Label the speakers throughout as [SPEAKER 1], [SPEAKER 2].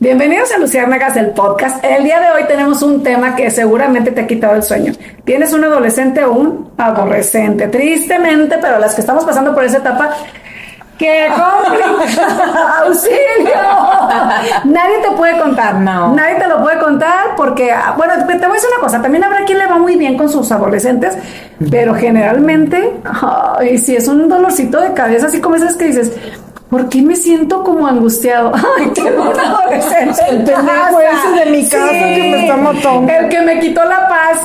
[SPEAKER 1] Bienvenidos a Luciérnagas, el podcast. El día de hoy tenemos un tema que seguramente te ha quitado el sueño. ¿Tienes un adolescente o un adolescente? Tristemente, pero las que estamos pasando por esa etapa, ¡qué complicado! ¡Auxilio! Nadie te puede contar.
[SPEAKER 2] No.
[SPEAKER 1] Nadie te lo puede contar porque, bueno, te te voy a decir una cosa. También habrá quien le va muy bien con sus adolescentes, pero generalmente, ay, si es un dolorcito de cabeza, así como esas que dices. ¿Por qué me siento como angustiado? Ay, tengo un adolescente. en
[SPEAKER 2] El pendejo
[SPEAKER 1] casa.
[SPEAKER 2] ese de mi casa que me está matando.
[SPEAKER 1] El que me quitó la paz.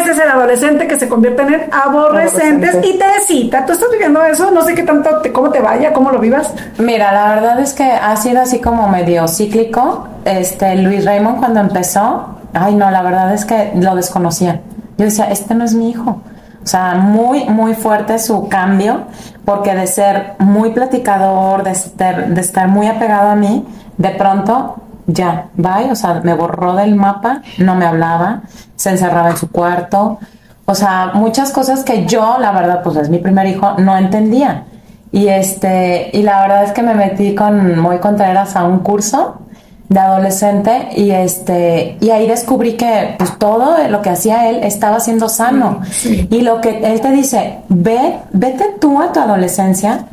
[SPEAKER 1] Ese es el adolescente que se convierte en el aborrecentes
[SPEAKER 2] Aborrecente.
[SPEAKER 1] y te excita. ¿Tú estás viviendo eso? No sé qué tanto, te- cómo te vaya, cómo lo vivas.
[SPEAKER 2] Mira, la verdad es que ha sido así como medio cíclico. Este, Luis Raymond cuando empezó, ay no, la verdad es que lo desconocía. Yo decía, este no es mi hijo. O sea, muy, muy fuerte su cambio, porque de ser muy platicador, de estar, de estar muy apegado a mí, de pronto ya, bye, o sea, me borró del mapa, no me hablaba, se encerraba en su cuarto. O sea, muchas cosas que yo, la verdad, pues es mi primer hijo, no entendía. Y este, y la verdad es que me metí con Moy Contreras a un curso de adolescente y este, y ahí descubrí que pues todo lo que hacía él estaba siendo sano. Y lo que él te dice, ve, vete tú a tu adolescencia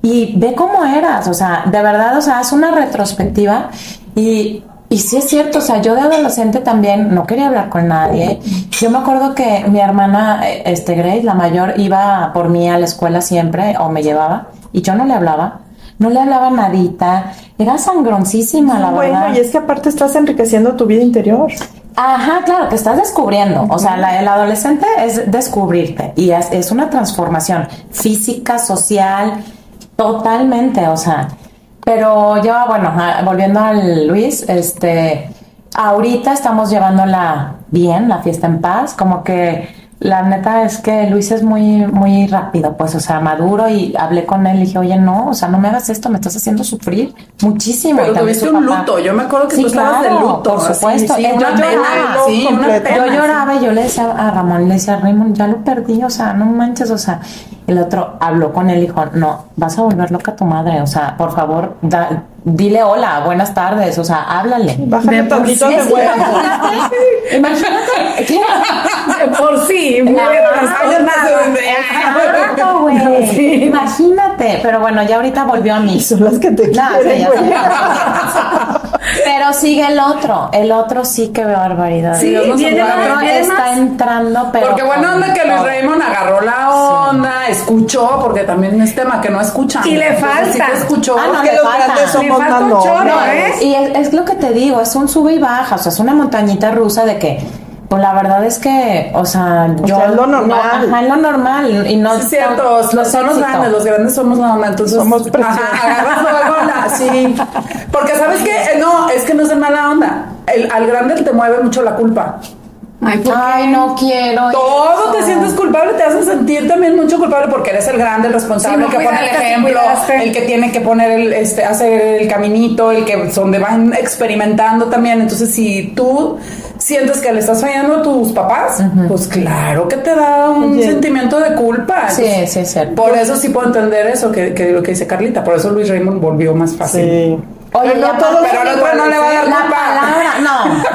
[SPEAKER 2] y ve cómo eras, o sea, de verdad, o sea, haz una retrospectiva y, y sí es cierto, o sea, yo de adolescente también no quería hablar con nadie. Yo me acuerdo que mi hermana, eh, este Grace, la mayor, iba por mí a la escuela siempre o me llevaba y yo no le hablaba, no le hablaba nadita, era sangroncísima, la
[SPEAKER 3] Bueno,
[SPEAKER 2] verdad.
[SPEAKER 3] y es que aparte estás enriqueciendo tu vida interior.
[SPEAKER 2] Ajá, claro, que estás descubriendo. O sea, la- el adolescente es descubrirte y es, es una transformación física, social, totalmente. O sea, pero yo, bueno, ah, volviendo al Luis, este, ahorita estamos llevándola bien, la fiesta en paz, como que la neta es que Luis es muy, muy rápido, pues, o sea, maduro y hablé con él y dije, oye, no, o sea, no me hagas esto, me estás haciendo sufrir muchísimo.
[SPEAKER 4] Pero
[SPEAKER 2] Y también
[SPEAKER 4] tuviste
[SPEAKER 2] su
[SPEAKER 4] un
[SPEAKER 2] papá.
[SPEAKER 4] luto, yo me acuerdo que tú estabas de luto,
[SPEAKER 2] Por
[SPEAKER 4] así,
[SPEAKER 2] supuesto,
[SPEAKER 4] sí,
[SPEAKER 2] Eh,
[SPEAKER 4] una
[SPEAKER 2] yo
[SPEAKER 4] pena,
[SPEAKER 2] lloraba,
[SPEAKER 4] sí, una
[SPEAKER 3] completo.
[SPEAKER 4] pena,
[SPEAKER 2] yo
[SPEAKER 4] sí.
[SPEAKER 2] lloraba y yo le decía a Ramón, le decía a Raymond, ya lo perdí, o sea, no manches, o sea, el otro habló con él y dijo, no, vas a volver loca a tu madre, o sea, por favor, da- dile hola, buenas tardes, o sea, háblale.
[SPEAKER 3] Bájale
[SPEAKER 1] De por
[SPEAKER 3] tantito
[SPEAKER 1] sí
[SPEAKER 3] de
[SPEAKER 1] es
[SPEAKER 3] huevo.
[SPEAKER 2] Imagínate,
[SPEAKER 1] De por sí, muy
[SPEAKER 2] Ah,
[SPEAKER 4] Pues,
[SPEAKER 1] trastornado.
[SPEAKER 2] Exacto, güey.
[SPEAKER 1] Sí.
[SPEAKER 2] Imagínate, pero bueno, ya ahorita volvió a mí.
[SPEAKER 3] Son las que te
[SPEAKER 2] No, o sea,
[SPEAKER 3] quieren,
[SPEAKER 2] ya
[SPEAKER 3] güey.
[SPEAKER 2] sé. Pero sigue el otro. El otro sí, qué barbaridad.
[SPEAKER 1] Sí,
[SPEAKER 2] el otro
[SPEAKER 1] viene más, viene
[SPEAKER 2] está
[SPEAKER 1] más.
[SPEAKER 2] entrando, pero.
[SPEAKER 4] Porque bueno,
[SPEAKER 2] con
[SPEAKER 4] onda que Luis
[SPEAKER 2] todo.
[SPEAKER 4] Raymond agarró la onda, escuchó, porque también es tema que no escuchan.
[SPEAKER 1] Y le
[SPEAKER 4] Entonces, sí
[SPEAKER 1] falta.
[SPEAKER 4] te escuchó.
[SPEAKER 2] Ah, no,
[SPEAKER 3] que
[SPEAKER 2] le
[SPEAKER 3] los
[SPEAKER 2] falta.
[SPEAKER 3] grandes
[SPEAKER 2] Le
[SPEAKER 3] somos
[SPEAKER 1] falta
[SPEAKER 3] más
[SPEAKER 1] un
[SPEAKER 3] no.
[SPEAKER 1] chorro,
[SPEAKER 2] No,
[SPEAKER 1] ¿eh?
[SPEAKER 2] y es, es lo que te digo, es un sube y baja, o sea, es una montañita rusa de que, pues la verdad es que, o sea, yo.
[SPEAKER 3] sea, es lo
[SPEAKER 2] no,
[SPEAKER 3] normal.
[SPEAKER 2] ajá, es lo normal. Y no
[SPEAKER 4] Sí, es cierto,
[SPEAKER 2] no-
[SPEAKER 4] los,
[SPEAKER 2] no es
[SPEAKER 4] son los
[SPEAKER 2] éxito.
[SPEAKER 4] grandes, los grandes somos nada más, entonces
[SPEAKER 3] Somos preciosos.
[SPEAKER 4] Ajá, agarras luego la- sí. Porque sabes que no, es que no es de mala onda. El- al grande te mueve mucho la culpa.
[SPEAKER 1] Ay, ¿por qué?
[SPEAKER 2] Ay, no quiero.
[SPEAKER 4] Todo te
[SPEAKER 2] eso.
[SPEAKER 4] sientes culpable, te hacen sentir también mucho culpable porque eres el grande, el
[SPEAKER 1] Sí,
[SPEAKER 4] responsable,
[SPEAKER 1] no
[SPEAKER 4] el que pone el
[SPEAKER 1] cuidaste,
[SPEAKER 4] ejemplo,
[SPEAKER 1] cuidaste.
[SPEAKER 4] el que tiene que poner el, este, hacer el caminito, el que donde van experimentando también. Entonces, si tú sientes que le estás fallando a tus papás, pues claro que te da un
[SPEAKER 3] Oye.
[SPEAKER 4] sentimiento de culpa.
[SPEAKER 2] Sí,
[SPEAKER 4] Entonces,
[SPEAKER 2] sí, es cierto.
[SPEAKER 4] Por eso sí puedo entender eso que, que lo que dice Carlita. Por eso Luis Raymond volvió más fácil.
[SPEAKER 3] Sí.
[SPEAKER 2] Oye,
[SPEAKER 3] Pero no
[SPEAKER 2] ya
[SPEAKER 3] todos
[SPEAKER 2] va-
[SPEAKER 4] Pero al otro no le va a dar
[SPEAKER 2] La
[SPEAKER 4] culpa.
[SPEAKER 2] palabra,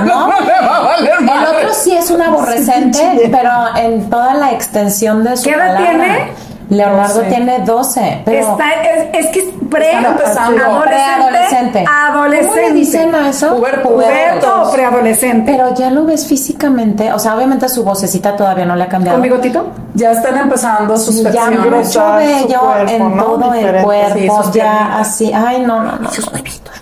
[SPEAKER 2] no,
[SPEAKER 4] No,
[SPEAKER 2] no.
[SPEAKER 4] le va a valer
[SPEAKER 2] El
[SPEAKER 4] madre.
[SPEAKER 2] otro sí es un aborrecente, pero en toda la extensión de su
[SPEAKER 1] ¿Qué edad
[SPEAKER 2] palabra.
[SPEAKER 1] tiene?
[SPEAKER 2] Leonardo tiene 12, pero
[SPEAKER 1] Está, es, es que es pre,
[SPEAKER 4] Está empezando.
[SPEAKER 1] adolescente,
[SPEAKER 2] preadolescente. ¿Cómo le dicen a eso?
[SPEAKER 4] Puberto.
[SPEAKER 1] Puberto o preadolescente.
[SPEAKER 2] Pero ya lo ves físicamente, o sea, obviamente su vocecita todavía no le ha cambiado.
[SPEAKER 1] ¿Con bigotito?
[SPEAKER 4] Ya están empezando sus
[SPEAKER 2] ya
[SPEAKER 4] facciones.
[SPEAKER 2] mucho
[SPEAKER 3] Está su
[SPEAKER 2] bello
[SPEAKER 3] cuerpo,
[SPEAKER 2] en
[SPEAKER 3] ¿no?
[SPEAKER 2] todo el
[SPEAKER 3] Diferente.
[SPEAKER 4] Sí,
[SPEAKER 2] cuerpo,
[SPEAKER 4] sus
[SPEAKER 2] ya
[SPEAKER 4] piernitas.
[SPEAKER 2] así, ay no, no, no.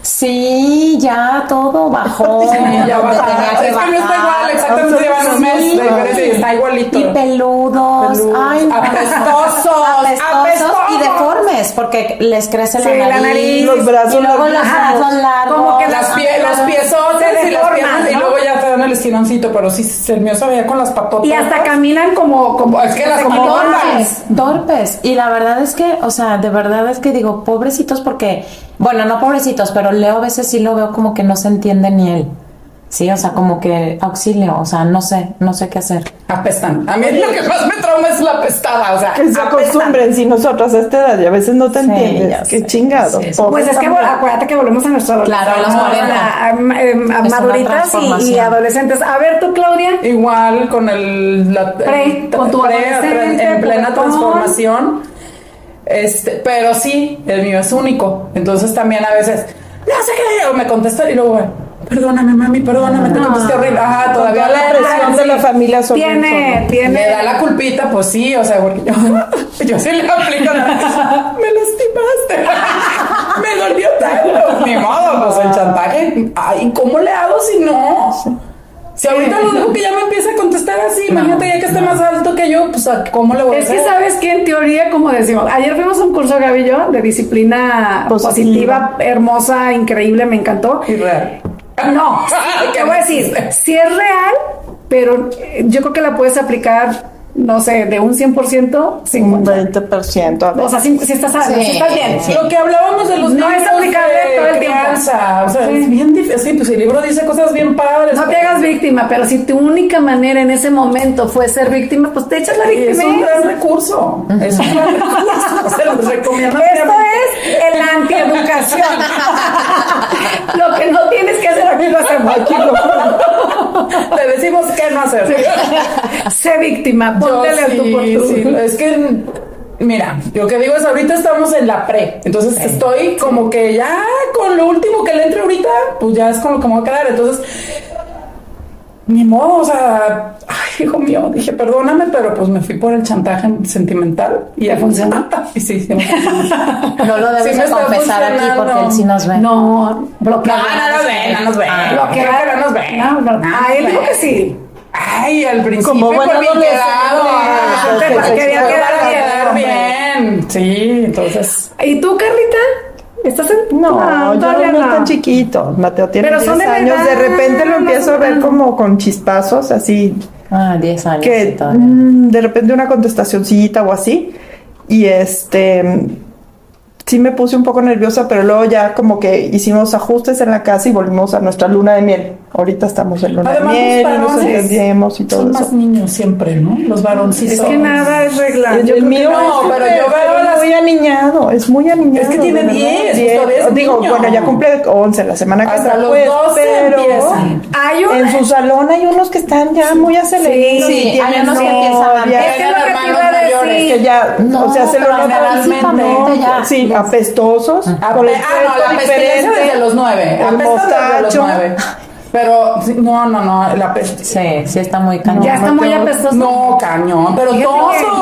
[SPEAKER 2] Sí, ya todo bajó.
[SPEAKER 4] Ya
[SPEAKER 2] donde
[SPEAKER 4] bajaron.
[SPEAKER 2] tenía que
[SPEAKER 4] Es que no está
[SPEAKER 2] bajar.
[SPEAKER 4] igual, exactamente llevan un mes de diferencia y está igualito.
[SPEAKER 2] Y peludos,
[SPEAKER 4] Peludos,
[SPEAKER 2] ay, no.
[SPEAKER 4] apestosos,
[SPEAKER 2] apestosos y
[SPEAKER 4] apestosos.
[SPEAKER 2] deformes, porque les crece
[SPEAKER 1] Sí,
[SPEAKER 2] la, nariz,
[SPEAKER 3] los brazos
[SPEAKER 2] y luego los
[SPEAKER 3] largos.
[SPEAKER 2] brazos largos,
[SPEAKER 1] Como que
[SPEAKER 4] Las
[SPEAKER 2] ajá.
[SPEAKER 4] pie- los piezotes
[SPEAKER 1] Se
[SPEAKER 4] y las
[SPEAKER 1] deforman,
[SPEAKER 4] piernas y
[SPEAKER 1] ¿no?
[SPEAKER 4] luego ya están bueno el estirancito, pero sí, sí, el mío se veía con las patotas.
[SPEAKER 1] Y hasta caminan como, como
[SPEAKER 4] Es que las
[SPEAKER 1] como
[SPEAKER 4] como
[SPEAKER 1] torpes.
[SPEAKER 4] torpes.
[SPEAKER 2] pues, torpes. Y la verdad es que, o sea, de verdad es que digo, pobrecitos porque, bueno, no pobrecitos, pero Leo a veces sí lo veo como que no se entiende ni él. Sí, o sea, como que auxilio, o sea, no sé, no sé qué hacer.
[SPEAKER 4] Apestan. A mí lo que más me trauma es la pestada, o sea,
[SPEAKER 3] Que se acostumbren, si nosotros a esta edad y a veces no te
[SPEAKER 2] Sí, ya
[SPEAKER 3] entiendes. Qué
[SPEAKER 2] sé.
[SPEAKER 3] chingado.
[SPEAKER 2] Sí, sí.
[SPEAKER 3] pobre
[SPEAKER 1] Pues es que
[SPEAKER 3] también.
[SPEAKER 1] vol- acuérdate que volvemos a nuestro
[SPEAKER 2] Claro, a los
[SPEAKER 1] a, a- em, a
[SPEAKER 2] Es una
[SPEAKER 1] maduritas y- y,
[SPEAKER 2] transformación.
[SPEAKER 1] adolescentes. A ver tú, Claudia.
[SPEAKER 4] Igual con el la,
[SPEAKER 1] Pre,
[SPEAKER 4] el tra-
[SPEAKER 1] con tu
[SPEAKER 4] pre,
[SPEAKER 1] adolescente,
[SPEAKER 4] en plena
[SPEAKER 1] pubertón.
[SPEAKER 4] transformación. Este, pero sí, el mío es único. Entonces también a veces, no sé qué, o me contesta y luego, perdóname, mami, perdóname,
[SPEAKER 1] Ah.
[SPEAKER 4] te contesté horrible. Ajá,
[SPEAKER 3] Con
[SPEAKER 4] todavía
[SPEAKER 3] toda la presión de la
[SPEAKER 4] sí.
[SPEAKER 3] familia sobre
[SPEAKER 1] Tiene, tiene.
[SPEAKER 4] Me da la culpita, pues sí, o sea, porque yo, yo sí le aplico. la- Me lastimaste. Me dolió tanto. Ni modo, pues el chantaje. Ay, ¿cómo le hago si no? Si ahorita lo dejo que ya me empiece a contestar así, imagínate ya que esté más alto que yo, pues ¿a ¿cómo le voy a
[SPEAKER 1] Es
[SPEAKER 4] hacer?
[SPEAKER 1] que sabes que en teoría, como decimos, ayer fuimos a un curso Gaby y yo, de disciplina positiva,
[SPEAKER 3] Positiva.
[SPEAKER 1] hermosa, increíble, me encantó.
[SPEAKER 4] Y real.
[SPEAKER 1] No, sí, te voy a decir, si es real, pero eh, yo creo que la puedes aplicar, no sé, de un 100%,
[SPEAKER 3] un
[SPEAKER 1] 50.
[SPEAKER 3] 20%. a
[SPEAKER 1] O
[SPEAKER 3] veces.
[SPEAKER 1] sea, si, si estás,
[SPEAKER 2] Sí,
[SPEAKER 1] si estás bien.
[SPEAKER 2] sí.
[SPEAKER 4] Lo que hablábamos de los
[SPEAKER 1] No
[SPEAKER 4] libros
[SPEAKER 1] es aplicable
[SPEAKER 4] de
[SPEAKER 1] todo el tiempo.
[SPEAKER 4] crianza, O sea,
[SPEAKER 1] Sí.
[SPEAKER 4] es bien difícil. Sí, pues el libro dice cosas bien padres.
[SPEAKER 1] No te hagas víctima, pero si tu única manera en ese momento fue ser víctima, pues te echas la
[SPEAKER 4] Es
[SPEAKER 1] víctima.
[SPEAKER 4] un gran recurso. Es un gran recurso. Se los recomiendo.
[SPEAKER 1] Esto es el antieducación. Lo que no tienes que hacer aquí lo hacemos.
[SPEAKER 3] Aquí lo-
[SPEAKER 4] Te decimos qué no hacer.
[SPEAKER 1] Sé víctima,
[SPEAKER 4] Yo
[SPEAKER 1] póntele al tú por
[SPEAKER 4] sí,
[SPEAKER 1] tú.
[SPEAKER 4] sí, es que, mira, lo que digo es ahorita estamos en la pre, entonces estoy como que ya con lo último que le entre ahorita, pues ya es con lo que me voy a quedar, entonces, ni modo, o sea, ay, hijo mío, dije, perdóname, pero pues me fui por el chantaje sentimental y ya funcionó. Y sí, sí, me funcionó.
[SPEAKER 2] No lo debes
[SPEAKER 4] Sí me
[SPEAKER 2] de
[SPEAKER 4] está
[SPEAKER 2] confesar aquí porque él sí nos ve.
[SPEAKER 1] No,
[SPEAKER 4] No,
[SPEAKER 1] bloquear.
[SPEAKER 4] no nos ve, no nos ve.
[SPEAKER 2] Ah.
[SPEAKER 4] Lo que no nos ve.
[SPEAKER 1] No, no. Ah, él
[SPEAKER 4] nos
[SPEAKER 1] dijo
[SPEAKER 4] ve.
[SPEAKER 1] que sí.
[SPEAKER 4] Ay, al principio
[SPEAKER 3] Como buen
[SPEAKER 4] por bien
[SPEAKER 3] adolescente.
[SPEAKER 4] quedado.
[SPEAKER 1] Ah,
[SPEAKER 4] Ay,
[SPEAKER 1] pues, quería
[SPEAKER 4] pues,
[SPEAKER 1] quedar
[SPEAKER 4] para
[SPEAKER 1] bien,
[SPEAKER 4] quedar
[SPEAKER 1] hombre.
[SPEAKER 4] bien. Sí, entonces.
[SPEAKER 1] ¿Y tú, Carlita? ¿Estás en.?
[SPEAKER 3] No, yo
[SPEAKER 1] todavía
[SPEAKER 3] no, tan chiquito. Mateo tiene
[SPEAKER 1] Pero son
[SPEAKER 3] 10
[SPEAKER 1] de
[SPEAKER 3] años. De
[SPEAKER 1] verdad,
[SPEAKER 3] repente
[SPEAKER 1] no
[SPEAKER 3] lo empiezo a
[SPEAKER 1] son
[SPEAKER 3] ver
[SPEAKER 1] tan-
[SPEAKER 3] como con chispazos, así
[SPEAKER 2] Ah, 10 años.
[SPEAKER 3] que
[SPEAKER 2] y todavía.
[SPEAKER 3] mm, de repente una contestacioncita o así. Y este sí me puse un poco nerviosa, pero luego ya como que hicimos ajustes en la casa y volvimos a nuestra luna de miel. Ahorita estamos en luna
[SPEAKER 4] Además,
[SPEAKER 3] de miel
[SPEAKER 4] los
[SPEAKER 3] y nos
[SPEAKER 4] varones
[SPEAKER 3] entendemos y todo
[SPEAKER 4] Son más
[SPEAKER 3] eso.
[SPEAKER 4] niños siempre, ¿no? Los varoncitos.
[SPEAKER 1] Es que nada es regla.
[SPEAKER 4] Yo creo que
[SPEAKER 3] mío,
[SPEAKER 4] no, pero yo veo
[SPEAKER 3] es
[SPEAKER 4] las-
[SPEAKER 3] muy aniñado, es muy aniñado.
[SPEAKER 4] Es que tiene
[SPEAKER 3] de verdad,
[SPEAKER 4] 10, todavía es
[SPEAKER 3] Digo,
[SPEAKER 4] niño.
[SPEAKER 3] bueno, ya cumple 11 la semana que
[SPEAKER 4] Hasta
[SPEAKER 3] está,
[SPEAKER 4] los 12 empiezan.
[SPEAKER 1] Hay un.
[SPEAKER 3] en su salón hay unos que están ya muy acelerados.
[SPEAKER 2] Sí,
[SPEAKER 3] y
[SPEAKER 2] hay
[SPEAKER 3] tienen
[SPEAKER 2] unos que empiezan
[SPEAKER 3] novia,
[SPEAKER 2] antes.
[SPEAKER 1] Es que es lo que te
[SPEAKER 4] Hermanos
[SPEAKER 1] iba a
[SPEAKER 4] mayores,
[SPEAKER 1] decir.
[SPEAKER 3] que ya,
[SPEAKER 2] No,
[SPEAKER 3] o sea, se lo
[SPEAKER 2] pero
[SPEAKER 3] notan
[SPEAKER 2] básicamente ya.
[SPEAKER 3] sí, apestosos,
[SPEAKER 4] Ape-
[SPEAKER 3] con el
[SPEAKER 4] ah, no,
[SPEAKER 3] cuerpo
[SPEAKER 4] la pestilencia
[SPEAKER 3] diferente,
[SPEAKER 4] desde los nueve.
[SPEAKER 3] el
[SPEAKER 4] Apestan desde los
[SPEAKER 3] mostacho.
[SPEAKER 4] nueve. Pero, sí, no, no, no, la peste.
[SPEAKER 2] Sí, sí está muy cañón.
[SPEAKER 1] Ya está muy apestoso.
[SPEAKER 4] No, cañón, pero
[SPEAKER 1] Fíjate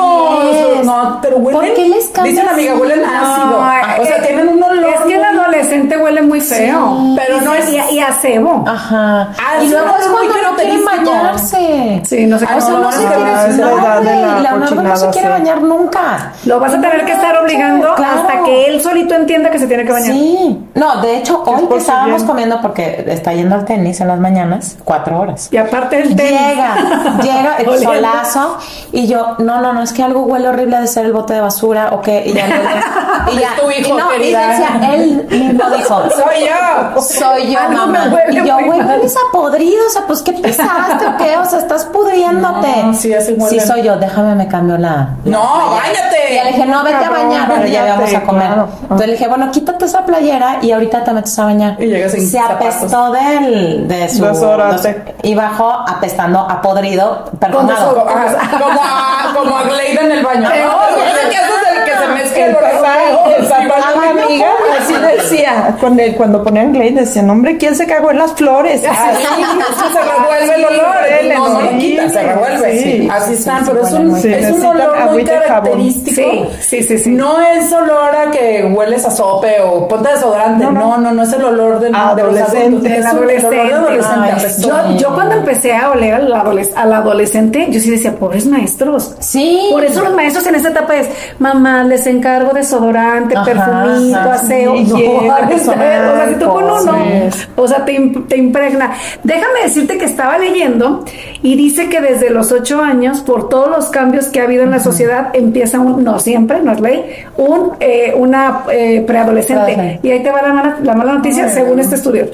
[SPEAKER 2] que
[SPEAKER 4] todos.
[SPEAKER 2] diez.
[SPEAKER 4] No, pero huelen.
[SPEAKER 2] ¿Por qué les cambias?
[SPEAKER 4] Dicen, amiga, huelen
[SPEAKER 1] No,
[SPEAKER 4] ácido. Ah, o sea,
[SPEAKER 1] eh,
[SPEAKER 4] tienen un olor.
[SPEAKER 1] Es que el
[SPEAKER 4] muy-
[SPEAKER 1] adolescente huele muy feo.
[SPEAKER 4] Pero
[SPEAKER 1] Y-
[SPEAKER 4] no es-
[SPEAKER 1] Y, y a cebo.
[SPEAKER 2] Ajá.
[SPEAKER 4] Ah,
[SPEAKER 2] y
[SPEAKER 4] sí,
[SPEAKER 2] luego
[SPEAKER 4] pero
[SPEAKER 2] es
[SPEAKER 4] es muy
[SPEAKER 2] cuando no quieren
[SPEAKER 4] característico.
[SPEAKER 2] bañarse.
[SPEAKER 1] Sí, no sé
[SPEAKER 4] Ah,
[SPEAKER 2] O sea,
[SPEAKER 4] no,
[SPEAKER 2] no
[SPEAKER 4] lo
[SPEAKER 2] se
[SPEAKER 4] van a
[SPEAKER 2] quiere
[SPEAKER 4] sacar,
[SPEAKER 2] bañar.
[SPEAKER 3] es la edad de la
[SPEAKER 2] La Leonardo no se
[SPEAKER 3] cochinada,
[SPEAKER 2] quiere
[SPEAKER 3] sí.
[SPEAKER 2] bañar nunca.
[SPEAKER 1] Lo vas a tener que estar obligando
[SPEAKER 2] Claro.
[SPEAKER 1] hasta que él solito entienda que se tiene que bañar.
[SPEAKER 2] Sí. No, de hecho, hoy que
[SPEAKER 3] por su
[SPEAKER 2] estábamos
[SPEAKER 3] bien.
[SPEAKER 2] comiendo, porque está yendo al tenis en las mañanas, cuatro horas.
[SPEAKER 1] Y aparte el té.
[SPEAKER 2] Llega, llega el
[SPEAKER 1] Oliendo.
[SPEAKER 2] solazo y yo, no, no, no, es que algo huele horrible de ser el bote de basura o qué, y ya no, y ya,
[SPEAKER 4] Es tu hijo,
[SPEAKER 2] y no, y
[SPEAKER 4] querida.
[SPEAKER 2] decía, él mismo dijo,
[SPEAKER 4] Soy yo.
[SPEAKER 2] soy yo,
[SPEAKER 1] Algo
[SPEAKER 2] mamá.
[SPEAKER 1] me huele
[SPEAKER 2] Y yo,
[SPEAKER 1] muy
[SPEAKER 2] güey,
[SPEAKER 1] mal.
[SPEAKER 2] hueles a podrido. O sea, pues, ¿qué pisaste o qué? O sea, estás pudriéndote.
[SPEAKER 4] No, sí, así huele.
[SPEAKER 2] Sí, soy yo. Déjame, me cambio la... Y
[SPEAKER 4] No,
[SPEAKER 2] ya le
[SPEAKER 4] váyate.
[SPEAKER 2] dije, no, vete a
[SPEAKER 3] Cabrón,
[SPEAKER 2] bañar. Pero ya
[SPEAKER 3] bañate,
[SPEAKER 2] vamos a comer.
[SPEAKER 3] claro.
[SPEAKER 2] Entonces le dije, bueno, quítate esa playera y ahorita te metes a bañar.
[SPEAKER 4] Y llegas sin
[SPEAKER 2] Se
[SPEAKER 4] zapatos.
[SPEAKER 2] apestó del... De su...
[SPEAKER 3] Desodorante.
[SPEAKER 2] de su- y bajó apestando a podrido,
[SPEAKER 4] Como
[SPEAKER 2] perdonado.
[SPEAKER 4] a- como a, como a Glade en el baño.
[SPEAKER 1] Pero-
[SPEAKER 4] No, porque haces el que se mezcla
[SPEAKER 3] El
[SPEAKER 4] el Ah, olor.
[SPEAKER 3] papá, el papá de
[SPEAKER 2] Ay,
[SPEAKER 3] una
[SPEAKER 2] no,
[SPEAKER 3] amiga, así decía, con el- cuando ponían Glade, decían, hombre, ¿quién se cagó en las flores?
[SPEAKER 4] Así, así Ah, se revuelve el olor, ¿eh?
[SPEAKER 3] Sí,
[SPEAKER 4] no, no
[SPEAKER 3] sí,
[SPEAKER 4] lo quita, se revuelve.
[SPEAKER 3] sí.
[SPEAKER 4] Así están,
[SPEAKER 2] sí,
[SPEAKER 4] pero es
[SPEAKER 2] huele
[SPEAKER 4] un,
[SPEAKER 2] muy
[SPEAKER 3] feo.
[SPEAKER 4] es un
[SPEAKER 3] Necesitan
[SPEAKER 4] olor muy
[SPEAKER 3] agüita y jabón.
[SPEAKER 4] característico.
[SPEAKER 1] Sí, sí, sí, sí.
[SPEAKER 4] No es olor a que hueles a sope o ponte desodorante. No, no, no, es el olor del de los
[SPEAKER 3] Adolescente.
[SPEAKER 4] adultos.
[SPEAKER 1] El
[SPEAKER 4] Es un
[SPEAKER 1] adolescente.
[SPEAKER 4] olor de adolescente.
[SPEAKER 2] Ay,
[SPEAKER 4] apestoso.
[SPEAKER 1] Yo, yo cuando empecé a oler al, adoles- al adolescente, yo sí decía, pobres maestros.
[SPEAKER 2] Sí.
[SPEAKER 1] Por eso los maestros en esta etapa es, mamá, les encargo desodorante,
[SPEAKER 2] Ajá,
[SPEAKER 1] perfumito,
[SPEAKER 2] ajá.
[SPEAKER 1] aseo.
[SPEAKER 3] Sí,
[SPEAKER 1] No, porque
[SPEAKER 4] eso,
[SPEAKER 1] o sea, si tú con
[SPEAKER 2] pues,
[SPEAKER 1] uno,
[SPEAKER 4] es.
[SPEAKER 1] o sea, te, im- te impregna. Déjame decirte que estaba leyendo y dice que desde los ocho años, por todos los cambios que ha habido en la sociedad, empieza un, no siempre, no es ley, un, eh, una eh, preadolescente.
[SPEAKER 2] Preadolescente.
[SPEAKER 1] Y ahí te va la mala, la mala noticia, según este estudio.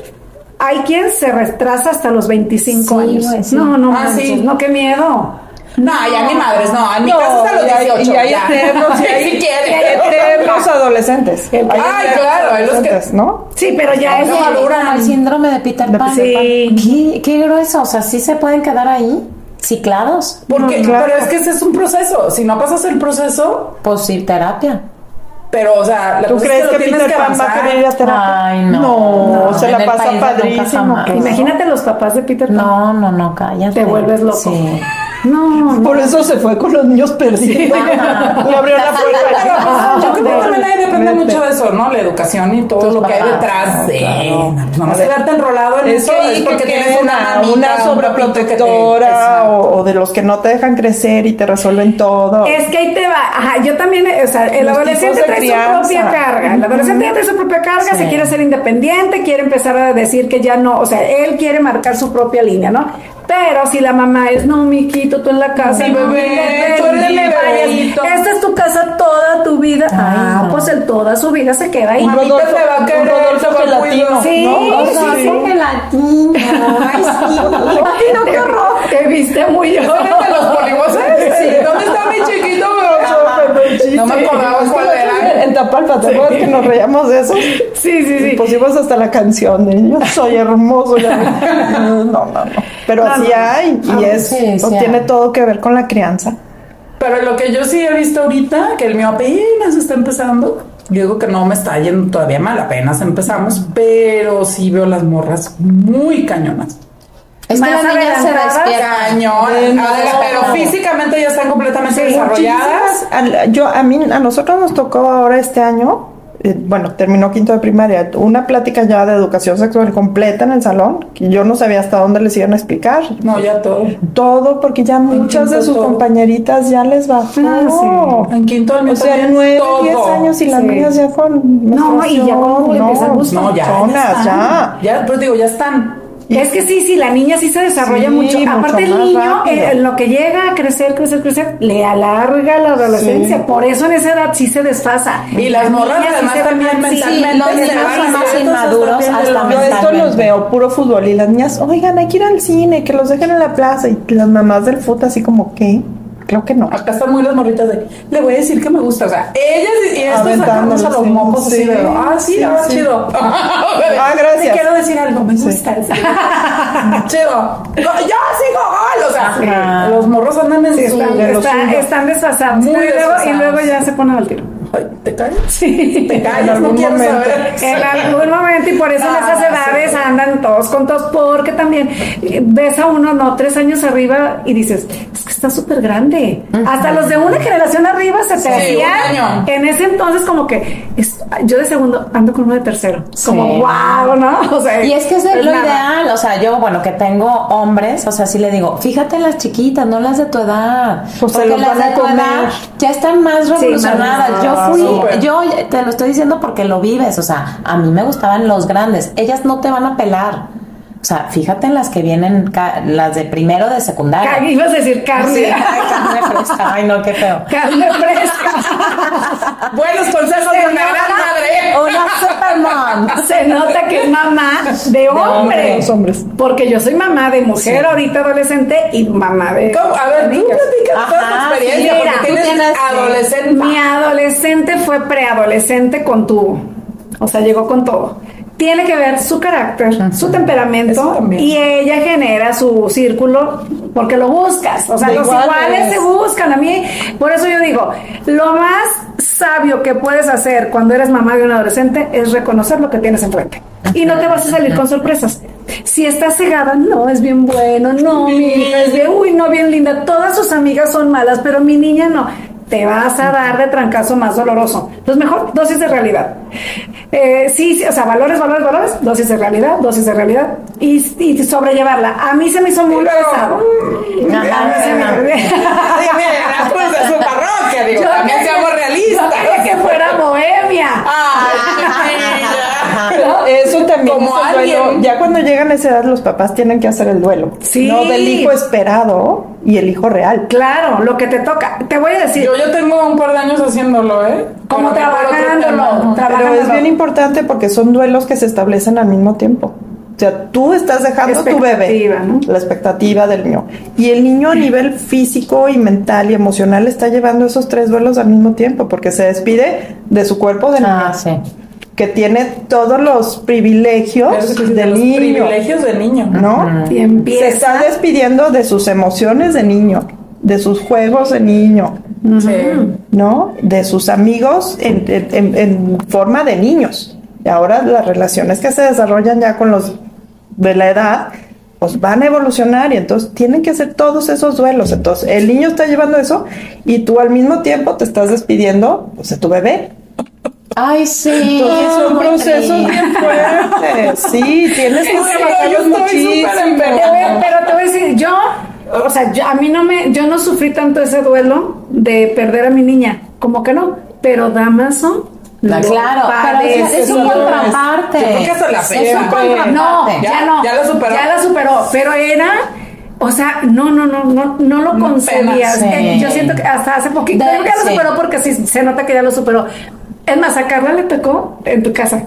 [SPEAKER 1] Hay quien se retrasa hasta los 25
[SPEAKER 2] Sí,
[SPEAKER 1] años.
[SPEAKER 2] güey, sí.
[SPEAKER 1] No, no,
[SPEAKER 4] Ah,
[SPEAKER 1] manches,
[SPEAKER 4] sí.
[SPEAKER 1] no, qué miedo.
[SPEAKER 4] No, ya ni madres, no. En mi
[SPEAKER 3] No,
[SPEAKER 4] casa hasta los
[SPEAKER 3] y hay-
[SPEAKER 4] 18.
[SPEAKER 3] y hay
[SPEAKER 4] ya.
[SPEAKER 3] eternos, y hay-
[SPEAKER 4] si
[SPEAKER 3] Y
[SPEAKER 4] quiere.
[SPEAKER 3] hay eternos adolescentes. Hay
[SPEAKER 4] Ay,
[SPEAKER 3] eternos
[SPEAKER 4] claro, hay los que-
[SPEAKER 3] adolescentes, ¿no?
[SPEAKER 1] Sí, pero ya es
[SPEAKER 4] No,
[SPEAKER 1] maduro.
[SPEAKER 4] maduran.
[SPEAKER 2] Como el síndrome de Peter
[SPEAKER 3] De
[SPEAKER 2] Pan.
[SPEAKER 1] Peter Pan.
[SPEAKER 2] Qué, qué grueso. O sea, sí se pueden quedar ahí ciclados.
[SPEAKER 4] Porque,
[SPEAKER 3] No, claro.
[SPEAKER 4] Pero es que ese es un proceso. Si no pasas el proceso,
[SPEAKER 2] Pues sí, terapia.
[SPEAKER 4] pero, o sea, la
[SPEAKER 3] ¿Tú
[SPEAKER 4] cosa Pues es
[SPEAKER 3] crees
[SPEAKER 4] lo
[SPEAKER 3] que
[SPEAKER 4] tienes
[SPEAKER 3] Peter
[SPEAKER 4] que
[SPEAKER 3] Pan va a
[SPEAKER 4] avanzar.
[SPEAKER 3] querer ir a terapia?
[SPEAKER 2] Ay, no.
[SPEAKER 3] No,
[SPEAKER 2] No,
[SPEAKER 3] se
[SPEAKER 2] en
[SPEAKER 3] la
[SPEAKER 2] el
[SPEAKER 3] pasa
[SPEAKER 2] país de nunca
[SPEAKER 3] padrísimo.
[SPEAKER 2] jamás.
[SPEAKER 3] pues,
[SPEAKER 1] Imagínate los papás de Peter Pan.
[SPEAKER 2] No, no, no, cállate.
[SPEAKER 1] Te vuelves loco.
[SPEAKER 2] Sí.
[SPEAKER 1] No, no.
[SPEAKER 3] Por eso se fue con los niños perdidos.
[SPEAKER 2] Ajá.
[SPEAKER 3] Le abrió la
[SPEAKER 4] Pero,
[SPEAKER 3] puerta.
[SPEAKER 4] pues, yo creo que también ahí depende
[SPEAKER 3] Vete.
[SPEAKER 4] mucho de eso, ¿no? La educación y todo
[SPEAKER 2] Tus
[SPEAKER 4] lo que hay
[SPEAKER 2] papás,
[SPEAKER 4] detrás de.
[SPEAKER 2] claro.
[SPEAKER 4] Pues nada más quedarte enrolado en
[SPEAKER 3] Es
[SPEAKER 4] eso
[SPEAKER 3] que
[SPEAKER 4] es
[SPEAKER 3] ahí
[SPEAKER 4] porque
[SPEAKER 3] que
[SPEAKER 4] tienes una,
[SPEAKER 3] una,
[SPEAKER 4] mamita,
[SPEAKER 3] una
[SPEAKER 4] un papito que te-
[SPEAKER 3] sobreprotectora
[SPEAKER 4] Exacto.
[SPEAKER 3] o, o de los que no te dejan crecer y te resuelven todo.
[SPEAKER 1] Es que ahí te va. Ajá, yo también, o sea, el
[SPEAKER 3] Los
[SPEAKER 1] adolescente
[SPEAKER 3] tipos de
[SPEAKER 1] trae
[SPEAKER 3] crianza.
[SPEAKER 1] su propia carga. El adolescente ya trae su propia carga,
[SPEAKER 2] Sí.
[SPEAKER 1] se quiere ser independiente, quiere empezar a decir que ya no, o sea, él quiere marcar su propia línea, ¿no? Pero si la mamá es, no, mijito, tú en la casa,
[SPEAKER 4] Mi
[SPEAKER 1] no,
[SPEAKER 4] bebé,
[SPEAKER 1] mi
[SPEAKER 4] tú eres
[SPEAKER 1] mi
[SPEAKER 4] mi
[SPEAKER 1] bebé,
[SPEAKER 4] bebito.
[SPEAKER 1] Esta es tu casa toda tu vida. ah,
[SPEAKER 2] no.
[SPEAKER 1] pues el toda su vida se queda ahí.
[SPEAKER 3] Un
[SPEAKER 4] Mamita
[SPEAKER 3] Rodolfo-
[SPEAKER 4] te va a
[SPEAKER 3] un
[SPEAKER 4] querer,
[SPEAKER 3] Rodolfo
[SPEAKER 4] te va a
[SPEAKER 3] gelatino,
[SPEAKER 4] cuidar.
[SPEAKER 1] Sí,
[SPEAKER 3] ¿no?
[SPEAKER 1] sí,
[SPEAKER 2] sea,
[SPEAKER 1] sí.
[SPEAKER 2] hacen gelatina. Ay, sí. Ay, no, qué horror.
[SPEAKER 1] Te viste muy yo.
[SPEAKER 4] ¿Dónde los polivoces? Sí, ¿Dónde está mi chiquito? No me acordaba
[SPEAKER 3] Es
[SPEAKER 4] cuál
[SPEAKER 3] que nosotros
[SPEAKER 4] era.
[SPEAKER 3] En Tapalpa, ¿te acuerdas que nos reíamos de eso?
[SPEAKER 1] Sí, sí, sí.
[SPEAKER 3] Y pusimos hasta la canción de Yo soy hermoso. ya ves. No, no, no. Pero
[SPEAKER 1] No,
[SPEAKER 3] así
[SPEAKER 1] no.
[SPEAKER 3] hay y
[SPEAKER 2] Ah,
[SPEAKER 3] es,
[SPEAKER 2] sí,
[SPEAKER 3] pues,
[SPEAKER 2] sí
[SPEAKER 3] tiene
[SPEAKER 2] hay.
[SPEAKER 3] todo que ver con la crianza.
[SPEAKER 4] Pero lo que yo sí he visto ahorita, que el mío apenas está empezando. Yo digo que no me está yendo todavía mal, apenas empezamos, pero sí veo las morras muy cañonas. Eh,
[SPEAKER 2] Es que
[SPEAKER 1] Más
[SPEAKER 2] las niñas se
[SPEAKER 1] adelantadas,
[SPEAKER 2] despiertan.
[SPEAKER 4] Cañón,
[SPEAKER 2] No,
[SPEAKER 4] Adela, pero
[SPEAKER 2] no.
[SPEAKER 4] físicamente ya están completamente desarrolladas.
[SPEAKER 3] Muchísimas. Al- yo, a mí, a nosotros nos tocó ahora este año, eh, bueno, terminó quinto de primaria, una plática ya de educación sexual completa en el salón, que yo no sabía hasta dónde les iban a explicar.
[SPEAKER 4] No, ya todo.
[SPEAKER 3] Todo, porque ya muchas de
[SPEAKER 4] quinto
[SPEAKER 3] sus
[SPEAKER 4] todo.
[SPEAKER 3] compañeritas ya les bajó.
[SPEAKER 1] Ah,
[SPEAKER 4] En quinto del mío
[SPEAKER 3] O sea,
[SPEAKER 4] también,
[SPEAKER 3] nueve,
[SPEAKER 4] todo.
[SPEAKER 3] diez años y las
[SPEAKER 1] Sí.
[SPEAKER 3] niñas ya con
[SPEAKER 1] No, y ya como
[SPEAKER 3] menstruación,
[SPEAKER 1] empiezan pues,
[SPEAKER 3] no,
[SPEAKER 1] los
[SPEAKER 4] No, ya. ya.
[SPEAKER 3] muchonas, ya.
[SPEAKER 4] Ya, pues digo, ya están.
[SPEAKER 1] Es que sí, sí, la niña sí se desarrolla
[SPEAKER 3] Sí,
[SPEAKER 1] mucho.
[SPEAKER 3] mucho
[SPEAKER 1] Aparte el
[SPEAKER 3] más
[SPEAKER 1] niño,
[SPEAKER 3] rápido.
[SPEAKER 1] eh, en lo que llega a crecer, crecer, crecer, le alarga la adolescencia. Por eso en esa edad sí se desfasa.
[SPEAKER 4] Y las morras
[SPEAKER 1] niñas sí
[SPEAKER 4] además
[SPEAKER 1] se-
[SPEAKER 4] también
[SPEAKER 1] sí,
[SPEAKER 4] mentalmente
[SPEAKER 2] los
[SPEAKER 4] se
[SPEAKER 2] niños
[SPEAKER 4] van
[SPEAKER 2] son más
[SPEAKER 4] entonces
[SPEAKER 2] inmaduros
[SPEAKER 4] también
[SPEAKER 2] hasta
[SPEAKER 4] lo-
[SPEAKER 3] Yo esto
[SPEAKER 2] Mentalmente.
[SPEAKER 3] los veo, puro fútbol. Y las niñas, oigan, hay que ir al cine, que los dejen en la plaza. Y las mamás del fútbol, así como, ¿qué? Creo que no.
[SPEAKER 1] Ah,
[SPEAKER 4] Acá están muy las morritas de, le voy a decir que me gusta. O sea, ellas y- y estos sacamos
[SPEAKER 3] Aventándolas,
[SPEAKER 4] a los
[SPEAKER 3] sí.
[SPEAKER 4] mocos así
[SPEAKER 3] Sí,
[SPEAKER 4] de, ah, sí,
[SPEAKER 3] sí,
[SPEAKER 4] ah,
[SPEAKER 3] sí.
[SPEAKER 4] chido. ah,
[SPEAKER 3] gracias.
[SPEAKER 4] Te quiero decir algo, me gusta. chido. No, yo sigo gol. O sea,
[SPEAKER 2] Ajá.
[SPEAKER 4] los morros andan en su...
[SPEAKER 1] Están,
[SPEAKER 4] en lo
[SPEAKER 1] está-
[SPEAKER 4] suyo.
[SPEAKER 1] están desfasados.
[SPEAKER 4] Muy
[SPEAKER 1] y, luego, y
[SPEAKER 4] desfasados.
[SPEAKER 1] luego ya se ponen al tiro.
[SPEAKER 4] Ay, ¿Te callas?
[SPEAKER 1] Sí.
[SPEAKER 4] Te callas, no
[SPEAKER 3] algún
[SPEAKER 4] quiero
[SPEAKER 3] momento.
[SPEAKER 4] saber.
[SPEAKER 1] En algún momento, y por eso en
[SPEAKER 4] Ah,
[SPEAKER 1] esas edades
[SPEAKER 4] sí.
[SPEAKER 1] andan todos con todos, porque también eh, ves a uno, no, tres años arriba y dices, es que está súper grande. Hasta los de una generación arriba se te
[SPEAKER 4] Sí, un año.
[SPEAKER 1] hacían. En ese entonces, como que es- yo de segundo ando con uno de tercero.
[SPEAKER 2] Sí.
[SPEAKER 1] Como, wow, ¿no? O sea,
[SPEAKER 2] Y es que es de- lo
[SPEAKER 1] nada.
[SPEAKER 2] ideal, o sea, yo, bueno, que tengo hombres, o sea, sí le digo, fíjate en las chiquitas, no las de tu edad,
[SPEAKER 3] Pues se
[SPEAKER 2] porque
[SPEAKER 3] los
[SPEAKER 2] las
[SPEAKER 3] van
[SPEAKER 2] de
[SPEAKER 3] a
[SPEAKER 2] tu
[SPEAKER 3] comer.
[SPEAKER 2] edad ya están más revolucionadas.
[SPEAKER 1] más-
[SPEAKER 2] yo fui,
[SPEAKER 4] súper.
[SPEAKER 2] yo te lo estoy diciendo porque lo vives, o sea, a mí me gustaban los grandes, ellas no te van a pelar. O sea, fíjate en las que vienen, ca- las de primero de
[SPEAKER 1] Ca-
[SPEAKER 2] secundaria.
[SPEAKER 1] Ibas a decir carne.
[SPEAKER 2] Sí, ay, carne fresca, ay, no, qué feo.
[SPEAKER 1] Carne fresca.
[SPEAKER 4] Buenos consejos de una gran madre.
[SPEAKER 2] Una supermom.
[SPEAKER 1] Se nota que es mamá de hombre.
[SPEAKER 3] Los hombres.
[SPEAKER 1] Porque yo soy mamá de mujer ahorita adolescente y mamá de.
[SPEAKER 4] ¿Cómo? A ver, tú platicas toda tu
[SPEAKER 2] Ajá,
[SPEAKER 4] experiencia,
[SPEAKER 1] mira,
[SPEAKER 4] porque
[SPEAKER 1] tú
[SPEAKER 4] tienes,
[SPEAKER 2] tienes-
[SPEAKER 4] adolescente.
[SPEAKER 1] Mi adolescente fue preadolescente con tubo. O sea, llegó con todo. Tiene que ver su carácter, su
[SPEAKER 4] Eso
[SPEAKER 1] temperamento
[SPEAKER 4] también.
[SPEAKER 1] y ella genera su círculo porque lo buscas. O sea,
[SPEAKER 3] De
[SPEAKER 1] los iguales.
[SPEAKER 3] iguales.
[SPEAKER 1] se buscan. A mí, por eso yo digo, lo más sabio que puedes hacer cuando eres mamá de un adolescente es reconocer lo que tienes enfrente. Y no te vas a salir con sorpresas. Si estás cegada, no, es bien bueno, no, mi hija es bien, uy, no, bien linda. Todas sus amigas son malas, pero mi niña no. Te vas a dar de trancazo más doloroso. Entonces, mejor dosis de realidad. Eh, sí, sí, o sea, valores, valores, valores, dosis de realidad, dosis de realidad y, y sobrellevarla. A mí se me hizo muy
[SPEAKER 4] Pero-
[SPEAKER 1] pesado.
[SPEAKER 2] Ajá,
[SPEAKER 1] Se me-
[SPEAKER 2] ajá.
[SPEAKER 4] Dime, era, pues de su parroquia, digo,
[SPEAKER 1] Yo
[SPEAKER 4] también
[SPEAKER 1] quería-
[SPEAKER 4] seamos realistas.
[SPEAKER 2] Ah.
[SPEAKER 1] yo quería que fuera bohemia.
[SPEAKER 4] Ay,
[SPEAKER 3] esa edad los papás tienen que hacer el duelo.
[SPEAKER 1] Sí.
[SPEAKER 3] No del hijo esperado y el hijo real.
[SPEAKER 1] Claro, lo que te toca. Te voy a decir,
[SPEAKER 4] Yo ya tengo un par de años haciéndolo, ¿eh?
[SPEAKER 1] como
[SPEAKER 4] Pero por otro
[SPEAKER 1] trabajándolo,
[SPEAKER 4] tema.
[SPEAKER 3] Pero es bien
[SPEAKER 1] trabajándolo.
[SPEAKER 3] importante porque son duelos que se establecen al mismo tiempo. O sea, tú estás dejando tu bebé,
[SPEAKER 1] Expectativa, ¿no?
[SPEAKER 3] la expectativa del niño. Y el niño a nivel físico y mental y emocional está llevando esos tres duelos al mismo tiempo porque se despide de su cuerpo de niño,
[SPEAKER 2] Ah, sí.
[SPEAKER 3] que tiene todos los privilegios
[SPEAKER 4] Eso que sí, de
[SPEAKER 3] del
[SPEAKER 4] los
[SPEAKER 3] niño,
[SPEAKER 4] privilegios de niño.
[SPEAKER 3] ¿no?
[SPEAKER 1] Y
[SPEAKER 3] Se está
[SPEAKER 1] empieza.
[SPEAKER 3] despidiendo de sus emociones de niño, de sus juegos de niño,
[SPEAKER 4] Sí.
[SPEAKER 3] ¿no? De sus amigos en, en- en forma de niños. Y ahora las relaciones que se desarrollan ya con los de la edad, pues van a evolucionar y entonces tienen que hacer todos esos duelos. Entonces el niño está llevando eso y tú al mismo tiempo te estás despidiendo pues, de tu bebé.
[SPEAKER 2] Ay, sí.
[SPEAKER 3] Entonces son
[SPEAKER 2] Muy
[SPEAKER 3] procesos
[SPEAKER 2] triste.
[SPEAKER 3] bien fuertes. Sí, tienes que
[SPEAKER 4] Bueno, yo
[SPEAKER 3] trabajarlos
[SPEAKER 4] estoy
[SPEAKER 3] muchísimo.
[SPEAKER 4] súper
[SPEAKER 1] Te
[SPEAKER 4] enferma.
[SPEAKER 1] voy- Pero te voy a decir, yo, o sea, yo- a mí no me, yo no sufrí tanto ese duelo de perder a mi niña, como que no, pero Damaso.
[SPEAKER 2] No,
[SPEAKER 1] lo
[SPEAKER 2] claro, pero es-
[SPEAKER 1] padece.
[SPEAKER 2] es un
[SPEAKER 4] Yo creo
[SPEAKER 2] contraparte.
[SPEAKER 4] que hasta la
[SPEAKER 2] Es
[SPEAKER 4] fea,
[SPEAKER 2] un
[SPEAKER 4] güey.
[SPEAKER 2] contraparte.
[SPEAKER 1] No, ya,
[SPEAKER 4] Ya-
[SPEAKER 1] no.
[SPEAKER 4] ya la superó.
[SPEAKER 1] Ya la superó, pero era. O sea, no, no, no, no, no lo concebías.
[SPEAKER 2] pena, sí.
[SPEAKER 1] Eh, Yo siento que hasta hace poquito.
[SPEAKER 2] De-
[SPEAKER 1] creo que ya
[SPEAKER 2] sí.
[SPEAKER 1] lo superó porque sí, se nota que ya lo superó. Es más, a Carla le tocó en tu casa.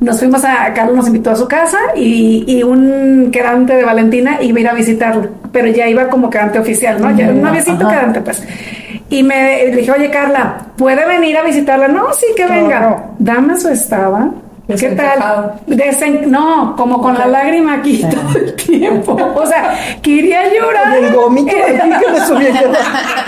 [SPEAKER 1] Nos fuimos a, Carla nos invitó a su casa y, y un quedante de Valentina iba a ir a visitarlo, pero ya iba como quedante oficial, ¿no? Ya, un noviecito
[SPEAKER 2] ajá.
[SPEAKER 1] quedante, pues. Y me le dije, oye, Carla, ¿puede venir a visitarla? No, sí, que venga.
[SPEAKER 3] Claro.
[SPEAKER 1] Dame su estaba. ¿Qué tal?
[SPEAKER 4] Desencajado.
[SPEAKER 1] Desen- no, como con la lágrima aquí todo el tiempo. O sea, quería llorar.
[SPEAKER 3] El gómito aquí que le subí yo.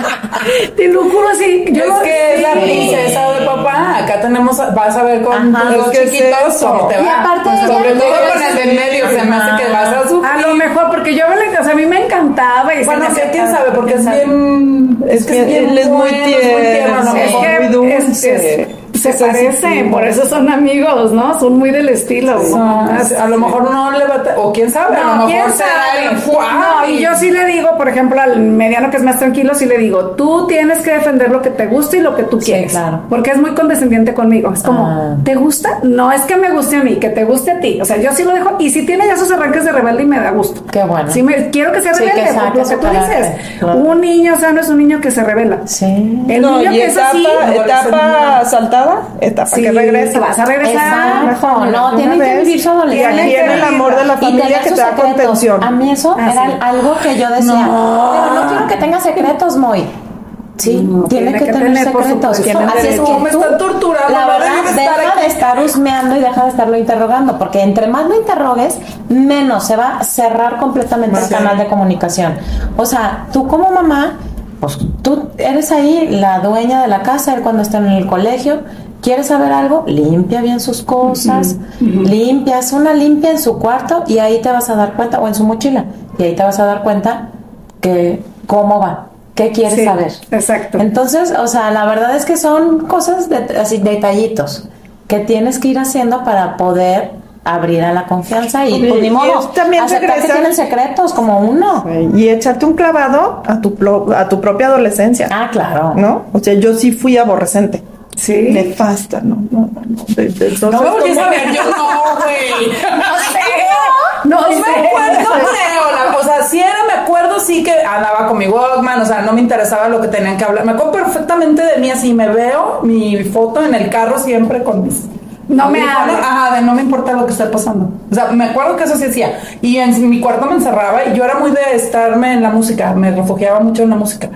[SPEAKER 1] Te lo juro así. Yo
[SPEAKER 4] Es
[SPEAKER 1] lo-
[SPEAKER 4] que es la
[SPEAKER 1] sí.
[SPEAKER 4] princesa de papá. Acá tenemos, vas a ver con
[SPEAKER 2] Ajá.
[SPEAKER 4] los
[SPEAKER 3] Es que es
[SPEAKER 4] chiquitos
[SPEAKER 3] eso.
[SPEAKER 4] cómo te va.
[SPEAKER 2] Y aparte ella-
[SPEAKER 4] Pues, Sobre todo
[SPEAKER 2] ella
[SPEAKER 4] con el
[SPEAKER 2] es-
[SPEAKER 4] de en medio, se me hace que vas a su.
[SPEAKER 1] A lo mejor, porque yo, me- o sea, a mí me encantaba. Y se me
[SPEAKER 4] Bueno, Ah, sí, ah,
[SPEAKER 1] hacía
[SPEAKER 4] quién
[SPEAKER 1] tan-
[SPEAKER 4] sabe, porque es bien.
[SPEAKER 3] Es
[SPEAKER 4] que
[SPEAKER 3] bien- él es muy
[SPEAKER 4] bueno, es muy tierno, a lo
[SPEAKER 3] tierno,
[SPEAKER 1] Es
[SPEAKER 4] mejor.
[SPEAKER 1] que
[SPEAKER 3] muy dulce.
[SPEAKER 1] es- es- se
[SPEAKER 3] Es
[SPEAKER 1] parecen,
[SPEAKER 3] sensible.
[SPEAKER 1] por eso son amigos, ¿no? Son muy del estilo. ¿no?
[SPEAKER 4] Ah, sí, a lo mejor no le va a. ta- O quién sabe, a lo
[SPEAKER 1] ¿quién
[SPEAKER 4] mejor se
[SPEAKER 1] sabe?
[SPEAKER 4] da el
[SPEAKER 1] No, y yo sí le digo, por ejemplo, al mediano que es más tranquilo, sí le digo, tú tienes que defender lo que te gusta y lo que tú quieres.
[SPEAKER 2] claro.
[SPEAKER 1] Porque es muy condescendiente conmigo. Es como,
[SPEAKER 2] Ah.
[SPEAKER 1] ¿te gusta? No es que me guste a mí, que te guste a ti. O sea, yo sí lo dejo. Y si tiene ya sus arranques de rebelde y me da gusto.
[SPEAKER 2] Qué bueno.
[SPEAKER 1] Sí, me, quiero que sea
[SPEAKER 2] Sí, que
[SPEAKER 1] rebelde,
[SPEAKER 2] saque
[SPEAKER 1] porque lo que
[SPEAKER 2] su
[SPEAKER 1] tú dices.
[SPEAKER 2] carácter, claro.
[SPEAKER 1] Un niño sano es un niño que se revela.
[SPEAKER 2] Sí.
[SPEAKER 1] El
[SPEAKER 3] no,
[SPEAKER 1] niño
[SPEAKER 3] y
[SPEAKER 1] que es
[SPEAKER 3] etapa,
[SPEAKER 1] así,
[SPEAKER 3] etapa saltada, etapa
[SPEAKER 1] sí,
[SPEAKER 3] que regresa.
[SPEAKER 1] vas a regresar.
[SPEAKER 2] Exacto, no,
[SPEAKER 3] Una
[SPEAKER 2] tienen que
[SPEAKER 3] vez.
[SPEAKER 2] vivir su
[SPEAKER 3] Y
[SPEAKER 2] adolescencia.
[SPEAKER 3] aquí en el amor de la
[SPEAKER 2] Y tener
[SPEAKER 3] familia que
[SPEAKER 2] sus
[SPEAKER 3] te da
[SPEAKER 2] secretos.
[SPEAKER 3] contención.
[SPEAKER 2] A mí eso
[SPEAKER 1] Ah,
[SPEAKER 2] era
[SPEAKER 1] sí.
[SPEAKER 2] algo que yo decía. Pero no quiero que tenga secretos, Moy. Sí,
[SPEAKER 1] No,
[SPEAKER 2] tiene que, tener,
[SPEAKER 1] por
[SPEAKER 2] secretos.
[SPEAKER 1] supuesto, tiene
[SPEAKER 2] Así es
[SPEAKER 1] derecho.
[SPEAKER 2] que
[SPEAKER 4] Me
[SPEAKER 2] tú,
[SPEAKER 4] están torturando,
[SPEAKER 2] la
[SPEAKER 4] no
[SPEAKER 2] verdad,
[SPEAKER 4] deben estar
[SPEAKER 2] deja
[SPEAKER 4] aquí.
[SPEAKER 2] de estar husmeando y deja de estarlo interrogando, porque entre más lo interrogues, menos se va a cerrar completamente el
[SPEAKER 4] Sí.
[SPEAKER 2] canal de comunicación. O sea, tú como mamá, pues tú eres ahí la dueña de la casa, él cuando está en el colegio, quiere saber algo, limpia bien sus cosas, limpia, haz una limpia en su cuarto y ahí te vas a dar cuenta, o en su mochila, y ahí te vas a dar cuenta que cómo va, qué quieres
[SPEAKER 1] Sí,
[SPEAKER 2] saber.
[SPEAKER 1] exacto.
[SPEAKER 2] Entonces, o sea, la verdad es que son cosas, de- así, detallitos, que tienes que ir haciendo para poder abrir a la confianza y,
[SPEAKER 3] Y-
[SPEAKER 2] pues, ni
[SPEAKER 3] y
[SPEAKER 2] modo,
[SPEAKER 3] es también
[SPEAKER 2] aceptar que
[SPEAKER 3] regresar-
[SPEAKER 2] tienen secretos como uno.
[SPEAKER 3] Y echarte un clavado a tu, plo- a tu propia adolescencia.
[SPEAKER 2] Ah, claro.
[SPEAKER 3] ¿No? O sea, yo sí fui aborrecente.
[SPEAKER 1] Sí.
[SPEAKER 3] Nefasta, no, no, no, no. De- de- entonces,
[SPEAKER 4] No me volví a
[SPEAKER 3] ¿cómo?
[SPEAKER 4] saber, yo no, güey.
[SPEAKER 1] No sé. No
[SPEAKER 4] No me
[SPEAKER 1] sé.
[SPEAKER 4] acuerdo, creo. la- o sea, si era, me acuerdo, sí que andaba con mi Walkman, o sea, no me interesaba lo que tenían que hablar. Me acuerdo perfectamente de mí, así me veo mi foto en el carro siempre con mis.
[SPEAKER 1] No me
[SPEAKER 4] audífonos.
[SPEAKER 1] hables.
[SPEAKER 4] Ajá, de no me importa lo que esté pasando. O sea, me acuerdo que eso sí hacía. Y en mi cuarto me encerraba y yo era muy de estarme en la música, me refugiaba mucho en la música.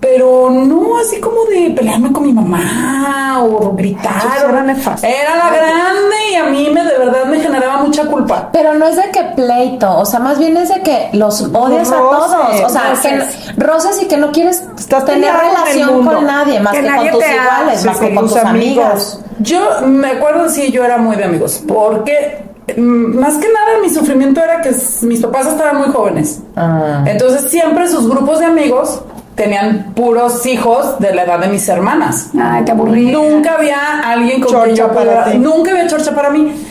[SPEAKER 4] Pero no así como de pelearme con mi mamá o gritar.
[SPEAKER 3] Eso sí
[SPEAKER 4] o-
[SPEAKER 3] era nefasto.
[SPEAKER 4] Era la grande y a mí me, de verdad me generaba mucha culpa.
[SPEAKER 2] Pero no es de que pleito, o sea, más bien es de que los odias a
[SPEAKER 3] Roces,
[SPEAKER 2] todos, o sea, que
[SPEAKER 3] roces.
[SPEAKER 2] no- roces y que no quieres
[SPEAKER 3] Estás
[SPEAKER 2] tener
[SPEAKER 3] peleado en el
[SPEAKER 2] relación
[SPEAKER 3] mundo.
[SPEAKER 2] con nadie, más que,
[SPEAKER 1] Que nadie
[SPEAKER 2] con tus
[SPEAKER 1] te ama,
[SPEAKER 2] iguales,
[SPEAKER 1] sí,
[SPEAKER 2] más que
[SPEAKER 3] sí,
[SPEAKER 2] con tus
[SPEAKER 3] tus amigos.
[SPEAKER 2] amigas.
[SPEAKER 4] Yo me acuerdo, sí, yo era muy de amigos, porque mm, más que nada mi sufrimiento era que s- mis papás estaban muy jóvenes.
[SPEAKER 2] Ah.
[SPEAKER 4] Entonces siempre sus grupos de amigos tenían puros hijos de la edad de mis hermanas.
[SPEAKER 1] Ay, te aburrí.
[SPEAKER 4] Nunca había alguien con
[SPEAKER 3] Chorcha
[SPEAKER 4] quien yo pudiera-
[SPEAKER 3] para ti.
[SPEAKER 4] Nunca había chorcha para mí.